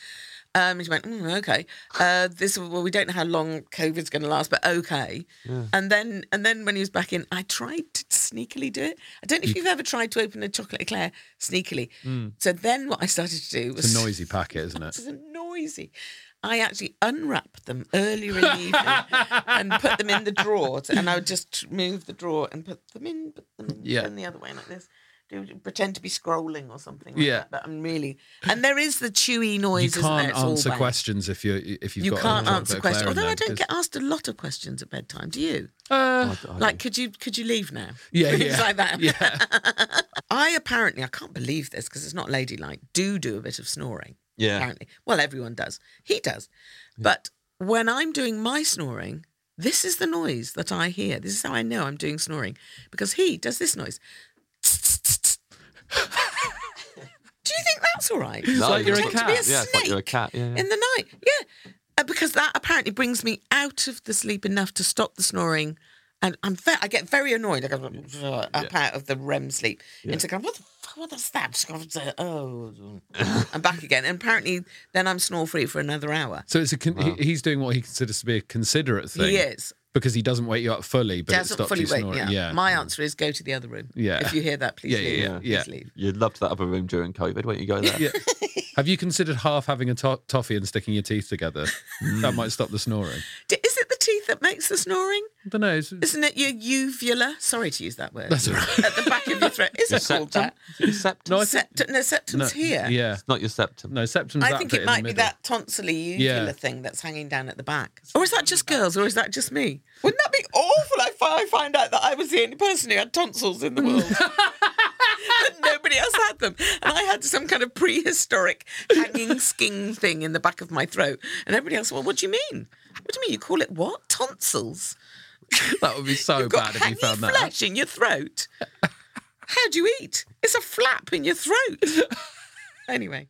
S3: Um, and she went, mm, "Okay, uh, this well, we don't know how long COVID's going to last, but okay." And then and then when he was back in, I tried to sneakily do it. I don't know if you've ever tried to open a chocolate eclair sneakily.
S1: Mm.
S3: So then what I started to do was
S1: it's a noisy packet, isn't it?
S3: boxes are noisy. I actually unwrapped them earlier in the evening and put them in the drawer, and I would just move the drawer and put them in, put them in,
S1: Yeah.
S3: turn the other way like this. Do pretend to be scrolling or something. Like
S1: Yeah.
S3: that, but I'm really and there is the chewy noise.
S1: you
S3: isn't there?
S1: can't
S3: It's all
S1: answer
S3: bad.
S1: questions if you if you've
S3: You
S1: got a
S3: can't
S1: chocolate
S3: answer
S1: eclair
S3: questions.
S1: in
S3: Although
S1: there
S3: I don't
S1: because-
S3: get asked a lot of questions at bedtime. Do you?
S1: Uh,
S2: Oh,
S3: Like, could you could you leave now?
S1: Yeah,
S3: Things
S1: yeah.
S3: like that.
S1: yeah,
S3: I apparently, I can't believe this because it's not ladylike, do do a bit of snoring.
S2: Yeah.
S3: Apparently. Well, everyone does. He does. But when I'm doing my snoring, this is the noise that I hear. This is how I know I'm doing snoring because he does this noise. do you think that's all right?
S2: No,
S1: like you're a
S2: it's
S3: Pretend to be
S1: cat.
S3: a
S2: Yeah, it's like you're a
S3: snake
S2: cat. Yeah, yeah.
S3: in the night. Yeah. Uh, because that apparently brings me out of the sleep enough to stop the snoring. And I'm ve- I get very annoyed. I go uh, up out of the REM sleep into kind of, what the fuck, what is that? Just kind of, Oh, I'm back again. And apparently, then I'm snore free for another hour.
S1: so it's a con- he, he's doing what he considers to be a considerate thing.
S3: He is.
S1: because he doesn't wake you up fully, but it
S3: Doesn't
S1: stops
S3: fully
S1: you
S3: wake
S1: snoring.
S3: me up.
S1: Yeah, Mm.
S3: My answer is go to the other room.
S1: Yeah.
S3: If you hear that, please
S1: Yeah,
S3: leave.
S1: yeah, yeah.
S3: Please leave.
S2: You loved that other room during COVID, weren't you? Go there.
S1: Yeah. Have you considered half having a to- toffee and sticking your teeth together? that might stop the snoring.
S3: D- Is it the teeth that makes the snoring?
S1: I don't know.
S3: Isn't it your uvula? Sorry to use that word.
S1: That's all right.
S3: At the back of your throat. Is
S2: Your
S3: it called
S2: septum.
S3: that?
S2: Your septum.
S1: No, I think-
S3: Septum, no, septum's here.
S1: Yeah,
S2: It's not your septum.
S1: no, septum's
S3: I
S1: that
S3: think
S1: bit
S3: it
S1: in the
S3: might be
S1: middle.
S3: that tonsillar uvula
S1: Yeah.
S3: thing that's hanging down at the back. Or is that just girls, or is that just me? Wouldn't that be awful if I find out that I was the only person who had tonsils in the world? Nobody else had them. And I had some kind of prehistoric hanging skin thing in the back of my throat. And everybody else, well, what do you mean? What do you mean? You call it what? Tonsils?
S1: That would be so
S3: You've got
S1: bad if you
S3: hanging
S1: found that. out.
S3: flesh in your throat. How do you eat? It's a flap in your throat. anyway.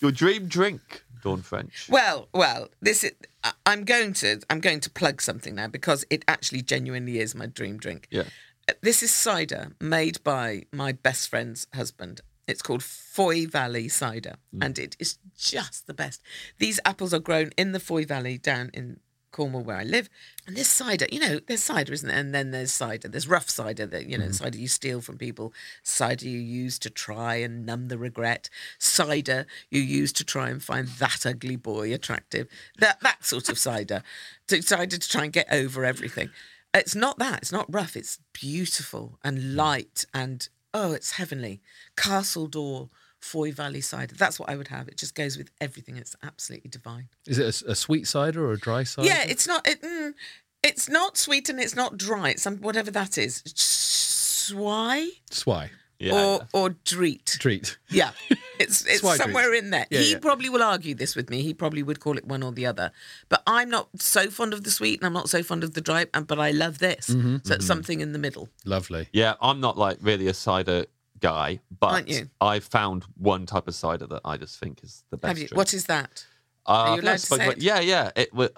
S2: Your dream drink, Dawn French.
S3: Well, well, this is. I- I'm going to. I'm going to plug something now because it actually genuinely is my dream drink.
S2: Yeah.
S3: Uh, This is cider made by my best friend's husband. It's called Foy Valley cider, and it is just the best. These apples are grown in the Foy Valley down in Cornwall, where I live. And this cider, you know, there's cider, isn't there? And then there's cider. There's rough cider that, you know, cider you steal from people, cider you use to try and numb the regret, cider you use to try and find that ugly boy attractive, that, that sort of cider, to, cider to try and get over everything. It's not that. It's not rough. It's beautiful
S1: Mm.
S3: and light and oh, it's heavenly. Castle Door, Foy Valley cider. That's what I would have. It just goes with everything. It's absolutely divine.
S1: Is it a s- a, sweet cider or a dry cider?
S3: Yeah, it's not. It, mm, it's not sweet and it's not dry. It's some whatever that is, swai
S1: Swai.
S3: or or dreet.
S1: Treat.
S3: Yeah, it's it's
S1: Swai
S3: somewhere in there.
S1: Yeah,
S3: he
S1: yeah.
S3: probably will argue this with me. He probably would call it one or the other. But I'm not so fond of the sweet and I'm not so fond of the dry. And but I love this.
S1: Mm-hmm.
S3: so it's something in the middle.
S1: Lovely.
S2: Yeah, I'm not like really a cider guy, but
S3: Aren't you?
S2: I found one type of cider that I just think is the best.
S3: Have you?
S2: drink.
S3: What is that?
S2: Uh,
S3: you
S2: I think I
S3: allowed to
S2: spoke
S3: say
S2: about-
S3: it?
S2: Yeah, yeah. It was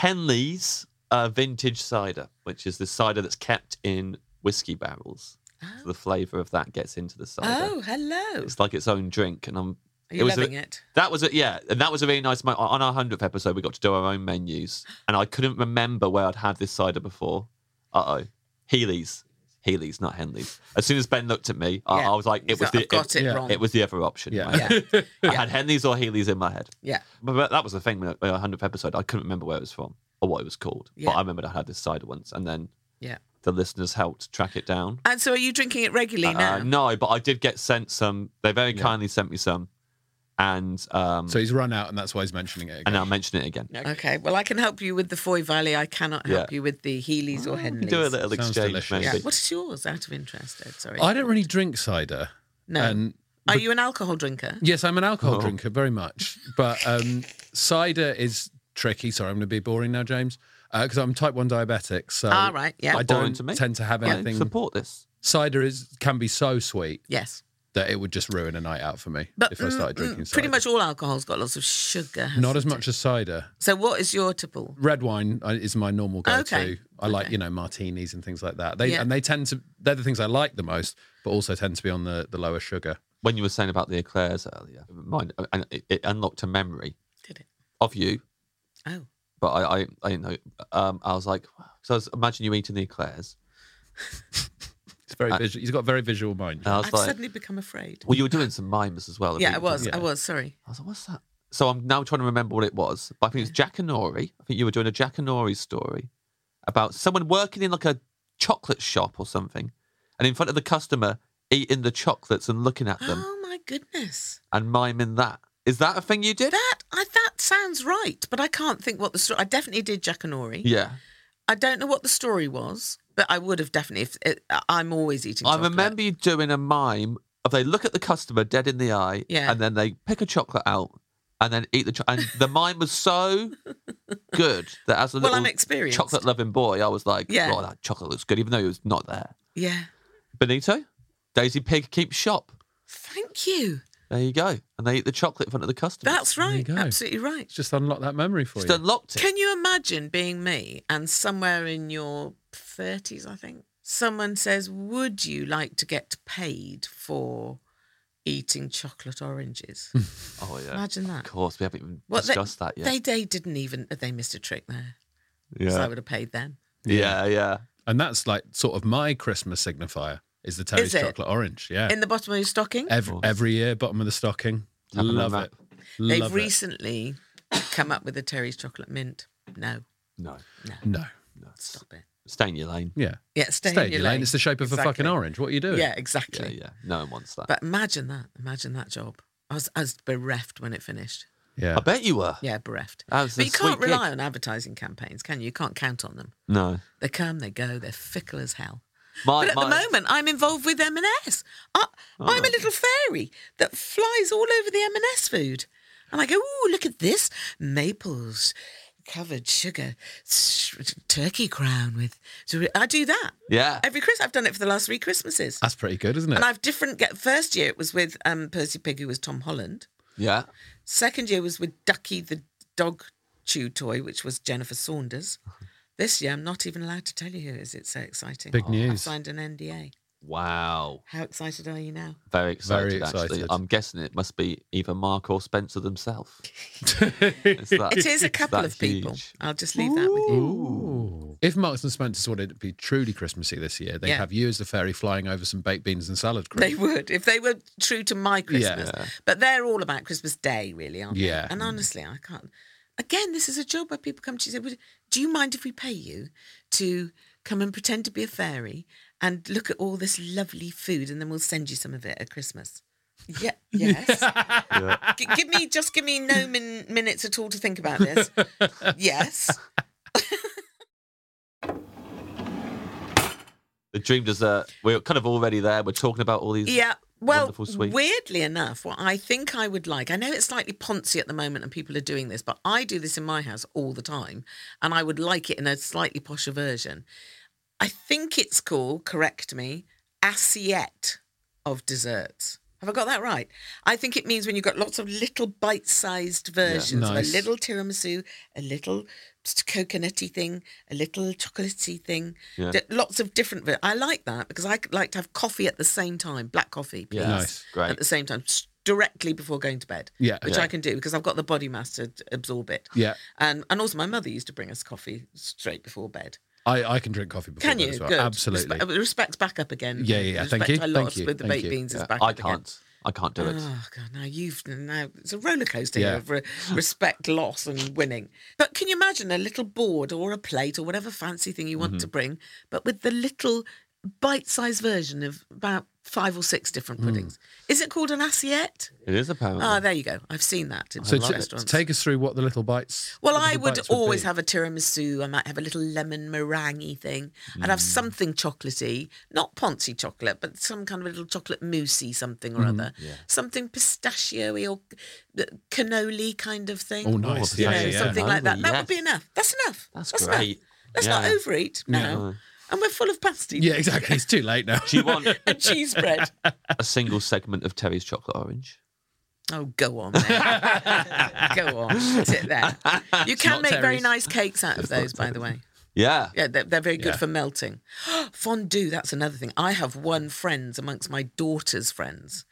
S2: Henley's uh, vintage cider, which is the cider that's kept in whiskey barrels. So the flavour of that gets into the cider.
S3: Ah. Oh, hello.
S2: It's like its own drink, and I'm.
S3: Are you
S2: was a-
S3: loving it?
S2: That was a, yeah, and that was a really nice moment. On our hundredth episode, we got to do our own menus, and I couldn't remember where I'd had this cider before. Uh oh, Healy's, Healy's, not Henley's. As soon as Ben looked at me, I,
S3: Yeah.
S2: I was like, it
S3: So
S2: was the
S3: I've got it
S1: yeah.
S3: wrong.
S2: it was the other option.
S1: Yeah.
S2: right?
S3: yeah,
S2: I had Henley's or Healy's in my head.
S3: yeah.
S2: But, but that was the thing with our hundredth episode. I couldn't remember where it was from or what it was called.
S3: Yeah.
S2: But I remembered I had this cider once, and then
S3: Yeah.
S2: the listeners helped track it down.
S3: And so, are you drinking it regularly now?
S2: Uh, no, but I did get sent some. They very kindly sent me some, and um,
S1: So he's run out, and that's why he's mentioning it again.
S2: and I'll mention it again.
S3: Okay. Well, I can help you with the Foy Valley. I cannot help
S2: Yeah.
S3: you with the Healy's or
S2: We
S3: Henleys.
S2: can do a little
S1: Sounds
S2: exchange,
S1: delicious.
S2: maybe.
S3: yeah.
S1: bit.
S3: What is yours? Out of interest, Ed. Sorry.
S1: I don't really drink cider.
S3: No.
S1: And
S3: Are you an alcohol drinker?
S1: yes, I'm an alcohol
S2: Oh.
S1: drinker very much, but um, cider is tricky. Sorry, I'm going to be boring now, James, because I'm type one diabetic. So
S3: Ah, right, yeah.
S1: I
S2: Not boring
S1: don't
S2: to me.
S1: tend to have
S2: I
S1: anything.
S2: support this.
S1: Cider is can be so sweet
S3: Yes.
S1: that it would just ruin a night out for me
S3: But
S1: if I started
S3: mm,
S1: drinking.
S3: mm, pretty
S1: cider.
S3: much all alcohol's got lots of sugar. hasn't
S1: Not as
S3: it?
S1: much as cider.
S3: So, what is your tipple?
S1: red wine uh, is my normal go-to.
S3: Okay.
S1: I like
S3: Okay.
S1: you know martinis and things like that. They
S3: Yeah.
S1: and they tend to they're the things I like the most, but also tend to be on the the lower sugar.
S2: When you were saying about the eclairs earlier, mine and it, it unlocked a memory
S3: Did it?
S2: of you,
S3: Oh.
S2: but I, I, I didn't know. Um, I was like, so I was imagine you eating the eclairs.
S1: It's very
S3: Uh,
S1: visual. He's got a very visual mind.
S2: And I was
S3: I've
S2: like,
S3: suddenly become afraid.
S2: well, you were doing some mimes as well. of
S3: yeah, I
S2: people
S3: was.
S2: doing-
S3: I was. Sorry.
S2: I was like, what's that? So I'm now trying to remember what it was, but I think it was Jack and Nori. I think you were doing a Jack and Nori story about someone working in like a chocolate shop or something, and in front of the customer eating the chocolates and looking at them
S3: Oh my goodness.
S2: and miming that. Is that a thing you did?
S3: That I that sounds right, but I can't think what the story. I definitely did Jackanory.
S2: Yeah.
S3: I don't know what the story was, but I would have definitely. If it, I'm always eating.
S2: I
S3: chocolate.
S2: remember you doing a mime of they look at the customer dead in the eye,
S3: Yeah.
S2: and then they pick a chocolate out and then eat the chocolate. And the mime was so good that as a
S3: Well, I'm
S2: little
S3: experienced.
S2: chocolate loving boy, I was like,
S3: Yeah.
S2: "Oh, that chocolate looks good," even though it was not there.
S3: Yeah.
S2: Benito, Daisy Pig keeps shop.
S3: Thank you.
S2: There you go, and they eat the chocolate in front of the customer.
S3: That's
S1: you
S3: right.
S1: go.
S3: Absolutely right.
S1: It's just unlock that memory for
S2: just
S1: you.
S2: unlocked it.
S3: Can you imagine being me and somewhere in your 30s, I think, someone says, Would you like to get paid for eating chocolate oranges?
S2: oh yeah,
S3: Imagine
S2: of
S3: that.
S2: course, we haven't even
S3: What, they-
S2: discussed that yet.
S3: They, they didn't even, they missed a trick there. 'cause I
S2: yeah.
S3: would have paid them.
S2: yeah, yeah,
S1: and that's like sort of my Christmas signifier is the Terry's
S3: Is it?
S1: chocolate orange. Yeah.
S3: In the bottom of your stocking,
S1: every, every year, bottom of the stocking.
S2: Having a
S1: Love
S2: map.
S1: it.
S3: they've
S1: Love it.
S3: recently come up with a Terry's chocolate mint. No,
S2: No,
S1: No.
S3: stop it.
S2: stay in your lane.
S1: Yeah.
S3: Yeah, stay,
S1: Stay in your lane. It's the shape of a fucking orange. What are you doing?
S3: Yeah,
S2: Yeah,
S3: exactly.
S2: yeah. No one wants that.
S3: But imagine that. Imagine that job. I was, I was bereft when it finished.
S1: Yeah.
S2: I bet you were.
S3: Yeah, bereft.
S2: That was
S3: but
S2: a
S3: you can't
S2: sweet gig.
S3: rely on advertising campaigns, can you? You can't count on them.
S2: No.
S3: They come, they go, they're fickle as hell.
S2: My,
S3: But at the
S2: my-
S3: moment, I'm involved with M&S. I, I'm
S1: Ah.
S3: a little fairy that flies all over the M&S food, and I go, "Ooh, look at this maples." Covered sugar, s- turkey crown with. So I do that
S2: Yeah.
S3: every Christmas. I've done it for the last three Christmases,
S1: That's pretty good, isn't it?
S3: and I've different. Get first year it was with um, Percy Pig, who was Tom Holland.
S2: Yeah.
S3: Second year was with Ducky the dog chew toy, which was Jennifer Saunders. This year, I'm not even allowed to tell you who it is. It's so exciting.
S1: Uh-huh. Big
S3: I
S1: news.
S3: signed an NDA.
S2: Wow.
S3: How excited are you now?
S2: Very excited,
S1: Very
S2: actually.
S1: excited.
S2: I'm guessing it must be either Mark or Spencer themselves. It's that-
S3: It is a
S2: it's
S3: couple
S2: that
S3: of people.
S2: huge.
S3: I'll just leave that with you.
S1: Ooh. If Marks and Spencer's wanted to be truly Christmassy this year, they'd
S3: Yeah.
S1: have you as the fairy flying over some baked beans and salad
S3: They
S1: cream.
S3: would if they were true to my Christmas, but they're all about Christmas Day, really, aren't they?
S1: Yeah.
S3: And honestly, I can't. Again, this is a job where people come to you and say, "Would- "Do you mind if we pay you to come and pretend to be a fairy and look at all this lovely food, and then we'll send you some of it at Christmas?" Yeah. Yes. G- give me just give me no min- minutes at all to think about this. yes.
S2: The dream dessert. We're kind of already there. We're talking about all these.
S3: Yeah. Well,
S2: wonderful sweets.
S3: weirdly enough, what I think I would like, I know it's slightly poncy at the moment and people are doing this, but I do this in my house all the time and I would like it in a slightly posher version. I think it's called, correct me, assiette of desserts. Have I got that right? I think it means when you've got lots of little bite sized versions
S1: Nice.
S3: of a little tiramisu, a little coconutty thing, a little chocolatey thing,
S2: Yeah.
S3: d- lots of different. ver- I like that because I like to have coffee at the same time, black coffee, please.
S2: Yeah.
S1: Nice.
S2: Great.
S3: At the same time, s- directly before going to bed.
S1: Yeah.
S3: Which
S2: Yeah.
S3: I can do because I've got the body mass to d- absorb it.
S1: Yeah.
S3: And, and also, my mother used to bring us coffee straight before bed.
S1: I, I can drink coffee before
S3: Can
S1: that
S3: you?
S1: as well.
S3: Good.
S1: Absolutely.
S3: Respe- uh, respect's back up again.
S1: Yeah, yeah, yeah.
S3: Respect
S1: Thank you.
S3: I lost
S1: Thank you.
S3: with the
S1: Thank
S3: baked
S1: you.
S3: beans
S2: Yeah,
S3: is back
S2: I
S3: up again.
S2: can't. I can't do it.
S3: Oh god, now you've now it's a roller coaster
S1: Yeah.
S3: here of re- respect, loss, and winning. But can you imagine a little board or a plate or whatever fancy thing you want
S1: Mm-hmm.
S3: to bring, but with the little bite-sized version of about five or six
S1: Mm.
S3: different puddings? Is it called an assiette?
S2: It is apparently.
S3: Ah, there you go. I've seen that in
S1: So
S3: some
S1: t-
S3: restaurants.
S1: take us through what the little bites.
S3: Well,
S1: the
S3: I
S1: little
S3: would
S1: bites
S3: always
S1: be.
S3: have a tiramisu. I might have a little lemon meringue thing. I'd
S1: Mm.
S3: have something chocolatey, not poncy chocolate, but some kind of a little chocolate moussey something or
S1: Mm-hmm.
S3: other. Something pistachio-y or c- cannoli kind of thing.
S1: Oh, nice.
S2: Oh,
S1: Yeah,
S3: You know,
S1: yeah, yeah.
S3: something like that.
S2: Cannoli,
S3: That
S2: yes.
S3: would be enough. That's enough.
S2: That's
S3: enough.
S2: great.
S3: Let's not
S2: Yeah.
S3: overeat now. And we're full of pasty
S1: Yeah, exactly. It's too late now.
S2: do you want
S3: and cheese bread.
S2: a single segment of Terry's chocolate orange?
S3: Oh, go on, then. go on, sit there. You can
S1: not
S3: make very
S1: Terry's.
S3: nice cakes out of those, by the way.
S2: Yeah.
S3: Yeah, they're, they're very good
S1: Yeah.
S3: for melting. Fondue, that's another thing. I have won friends amongst my daughter's friends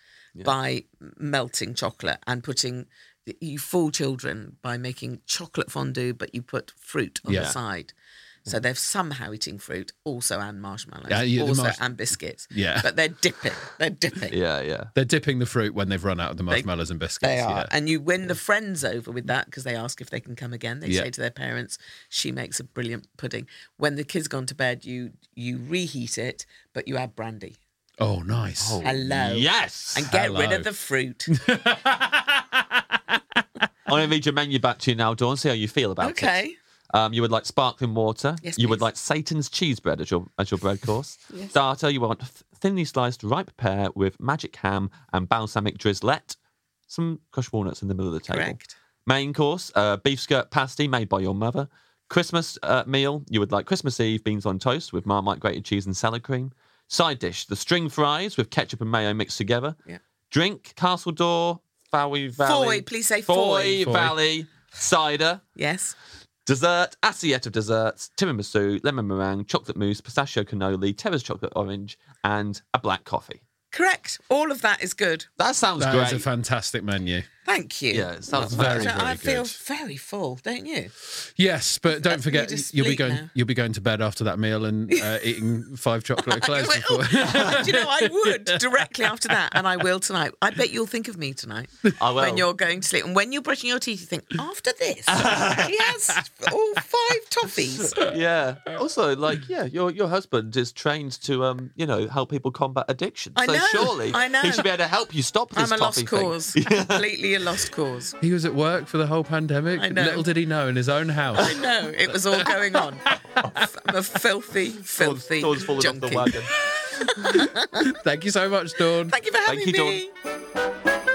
S3: by melting chocolate and putting. You fool children by making chocolate fondue, but you put fruit on the
S1: Yeah. Mm.
S3: side. So they're somehow eating fruit, also and marshmallows,
S1: Yeah, yeah, the
S3: also
S1: marsh-
S3: and biscuits.
S1: Yeah.
S3: but they're dipping. They're dipping.
S2: Yeah. Yeah.
S1: They're dipping the fruit when they've run out of the marshmallows and biscuits.
S3: They are.
S1: yeah.
S3: And you win the friends over with that because they ask if they can come again. They
S1: Yeah.
S3: say to their parents, she makes a brilliant pudding. When the kids gone to bed, you you reheat it, but you add brandy.
S1: Oh, nice.
S3: Hello.
S2: Yes.
S3: And get rid
S1: Hello.
S3: of the fruit.
S2: I'm going to read your menu back to you now, Dawn. See how you feel about it.
S3: okay.
S2: Um, you would like sparkling water.
S3: Yes,
S2: you would
S3: please.
S2: like Satan's cheese bread as your as your bread course. Starter, you want th- thinly sliced ripe pear with magic ham and balsamic drizzlet. Some crushed walnuts in the middle of the table.
S3: Correct.
S2: Main course, uh, beef skirt pasty made by your mother. Christmas uh, meal, you would like Christmas Eve beans on toast with Marmite grated cheese and salad cream. Side dish, the string fries with ketchup and mayo mixed together.
S3: Yeah.
S2: Drink, Castle Door, Fowie Valley.
S3: Foy, please say
S2: Foy
S3: foy.
S2: Valley cider.
S3: Yes.
S2: Dessert, assiette of desserts, tiramisu, lemon meringue, chocolate mousse, pistachio cannoli, Terra's chocolate orange, and a black coffee.
S3: Correct. All of that is good.
S2: That sounds
S1: That
S2: great.
S1: is a fantastic menu.
S3: Thank you.
S2: Yeah, it sounds
S1: Very,
S3: So
S1: very
S3: I feel
S1: good.
S3: very full, don't you?
S1: Yes, but don't
S3: you
S1: forget
S3: just
S1: you'll be
S3: sleep
S1: going
S3: now.
S1: you'll be going to bed after that meal and uh, eating five chocolate eclairs
S3: Like, oh,
S1: before.
S3: do you know, I would directly after that, and I will tonight. I bet you'll think of me tonight
S2: I will.
S3: when you're going to sleep, and when you're brushing your teeth, you think, after this, she has all five toffees.
S2: yeah. Also, like, yeah, your your husband is trained to, um, you know, help people combat addiction.
S3: I
S2: so
S3: know,
S2: surely
S3: I know.
S2: he should be able to help you stop this
S3: I'm a lost
S2: toffee thing.
S3: cause, completely really a lost cause.
S1: He was at work for the whole pandemic.
S3: I know.
S1: Little did he know in his own house.
S3: I know it was all going on. I'm a filthy, filthy junkie.
S1: Thank you so much, Dawn.
S3: Thank you for having
S2: Thank you, Dawn.
S3: me.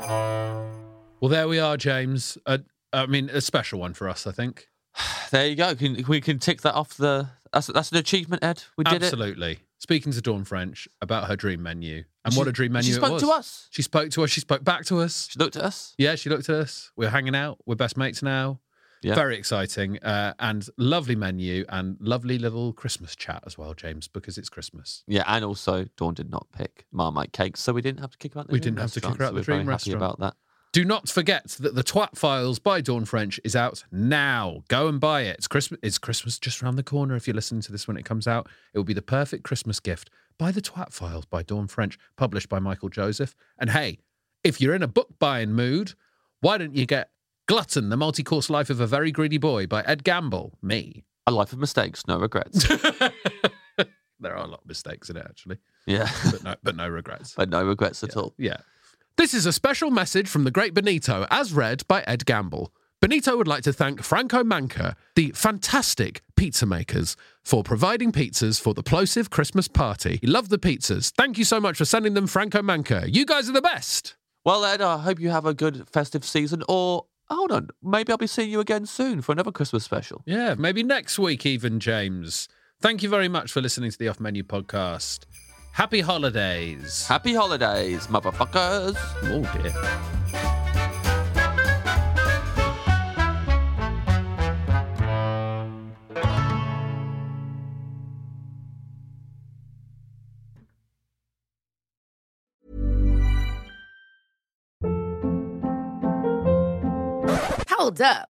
S1: Well, there we are, James. Uh, I mean, a special one for us, I think.
S2: There you go. Can, we can tick that off the. That's, that's an achievement, Ed. We did it.
S1: Absolutely. Speaking to Dawn French about her dream menu and what a dream menu
S2: She
S1: it
S2: spoke
S1: was.
S2: to us.
S1: She spoke to us. She spoke back to us.
S2: She looked at us.
S1: Yeah, she looked at us. We're hanging out. We're best mates now.
S2: Yeah.
S1: Very exciting uh, and lovely menu and lovely little Christmas chat as well, James, because it's Christmas.
S2: Yeah, and also Dawn did not pick Marmite cakes, so we didn't have to kick her out. The
S1: We
S2: dream
S1: didn't have to kick
S2: restaurant,
S1: her out
S2: so
S1: the
S2: we're very
S1: dream
S2: happy
S1: restaurant.
S2: about that.
S1: Do not forget that the Twat Files by Dawn French is out now. Go and buy it. It's Christmas. It's Christmas just around the corner. If you're listening to this when it comes out, it will be the perfect Christmas gift. Buy the Twat Files by Dawn French, published by Michael Joseph. And hey, if you're in a book buying mood, why don't you get Glutton: The Multi-Course Life of a Very Greedy Boy by Ed Gamble? Me.
S2: A life of mistakes, no regrets.
S1: there are a lot of mistakes in it actually,
S2: yeah,
S1: but no, but no regrets.
S2: but no regrets at all.
S1: Yeah. This is a special message from the great Benito, as read by Ed Gamble. Benito would like to thank Franco Manca, the fantastic pizza makers, for providing pizzas for the plosive Christmas party. He loved the pizzas. Thank you so much for sending them, Franco Manca. You guys are the best.
S2: Well, Ed, I hope you have a good festive season. Or hold on, maybe I'll be seeing you again soon for another Christmas special.
S1: Yeah, maybe next week, even, James. Thank you very much for listening to the Off Menu podcast. Happy holidays.
S2: Happy holidays, motherfuckers.
S1: oh, dear.
S5: Hold up.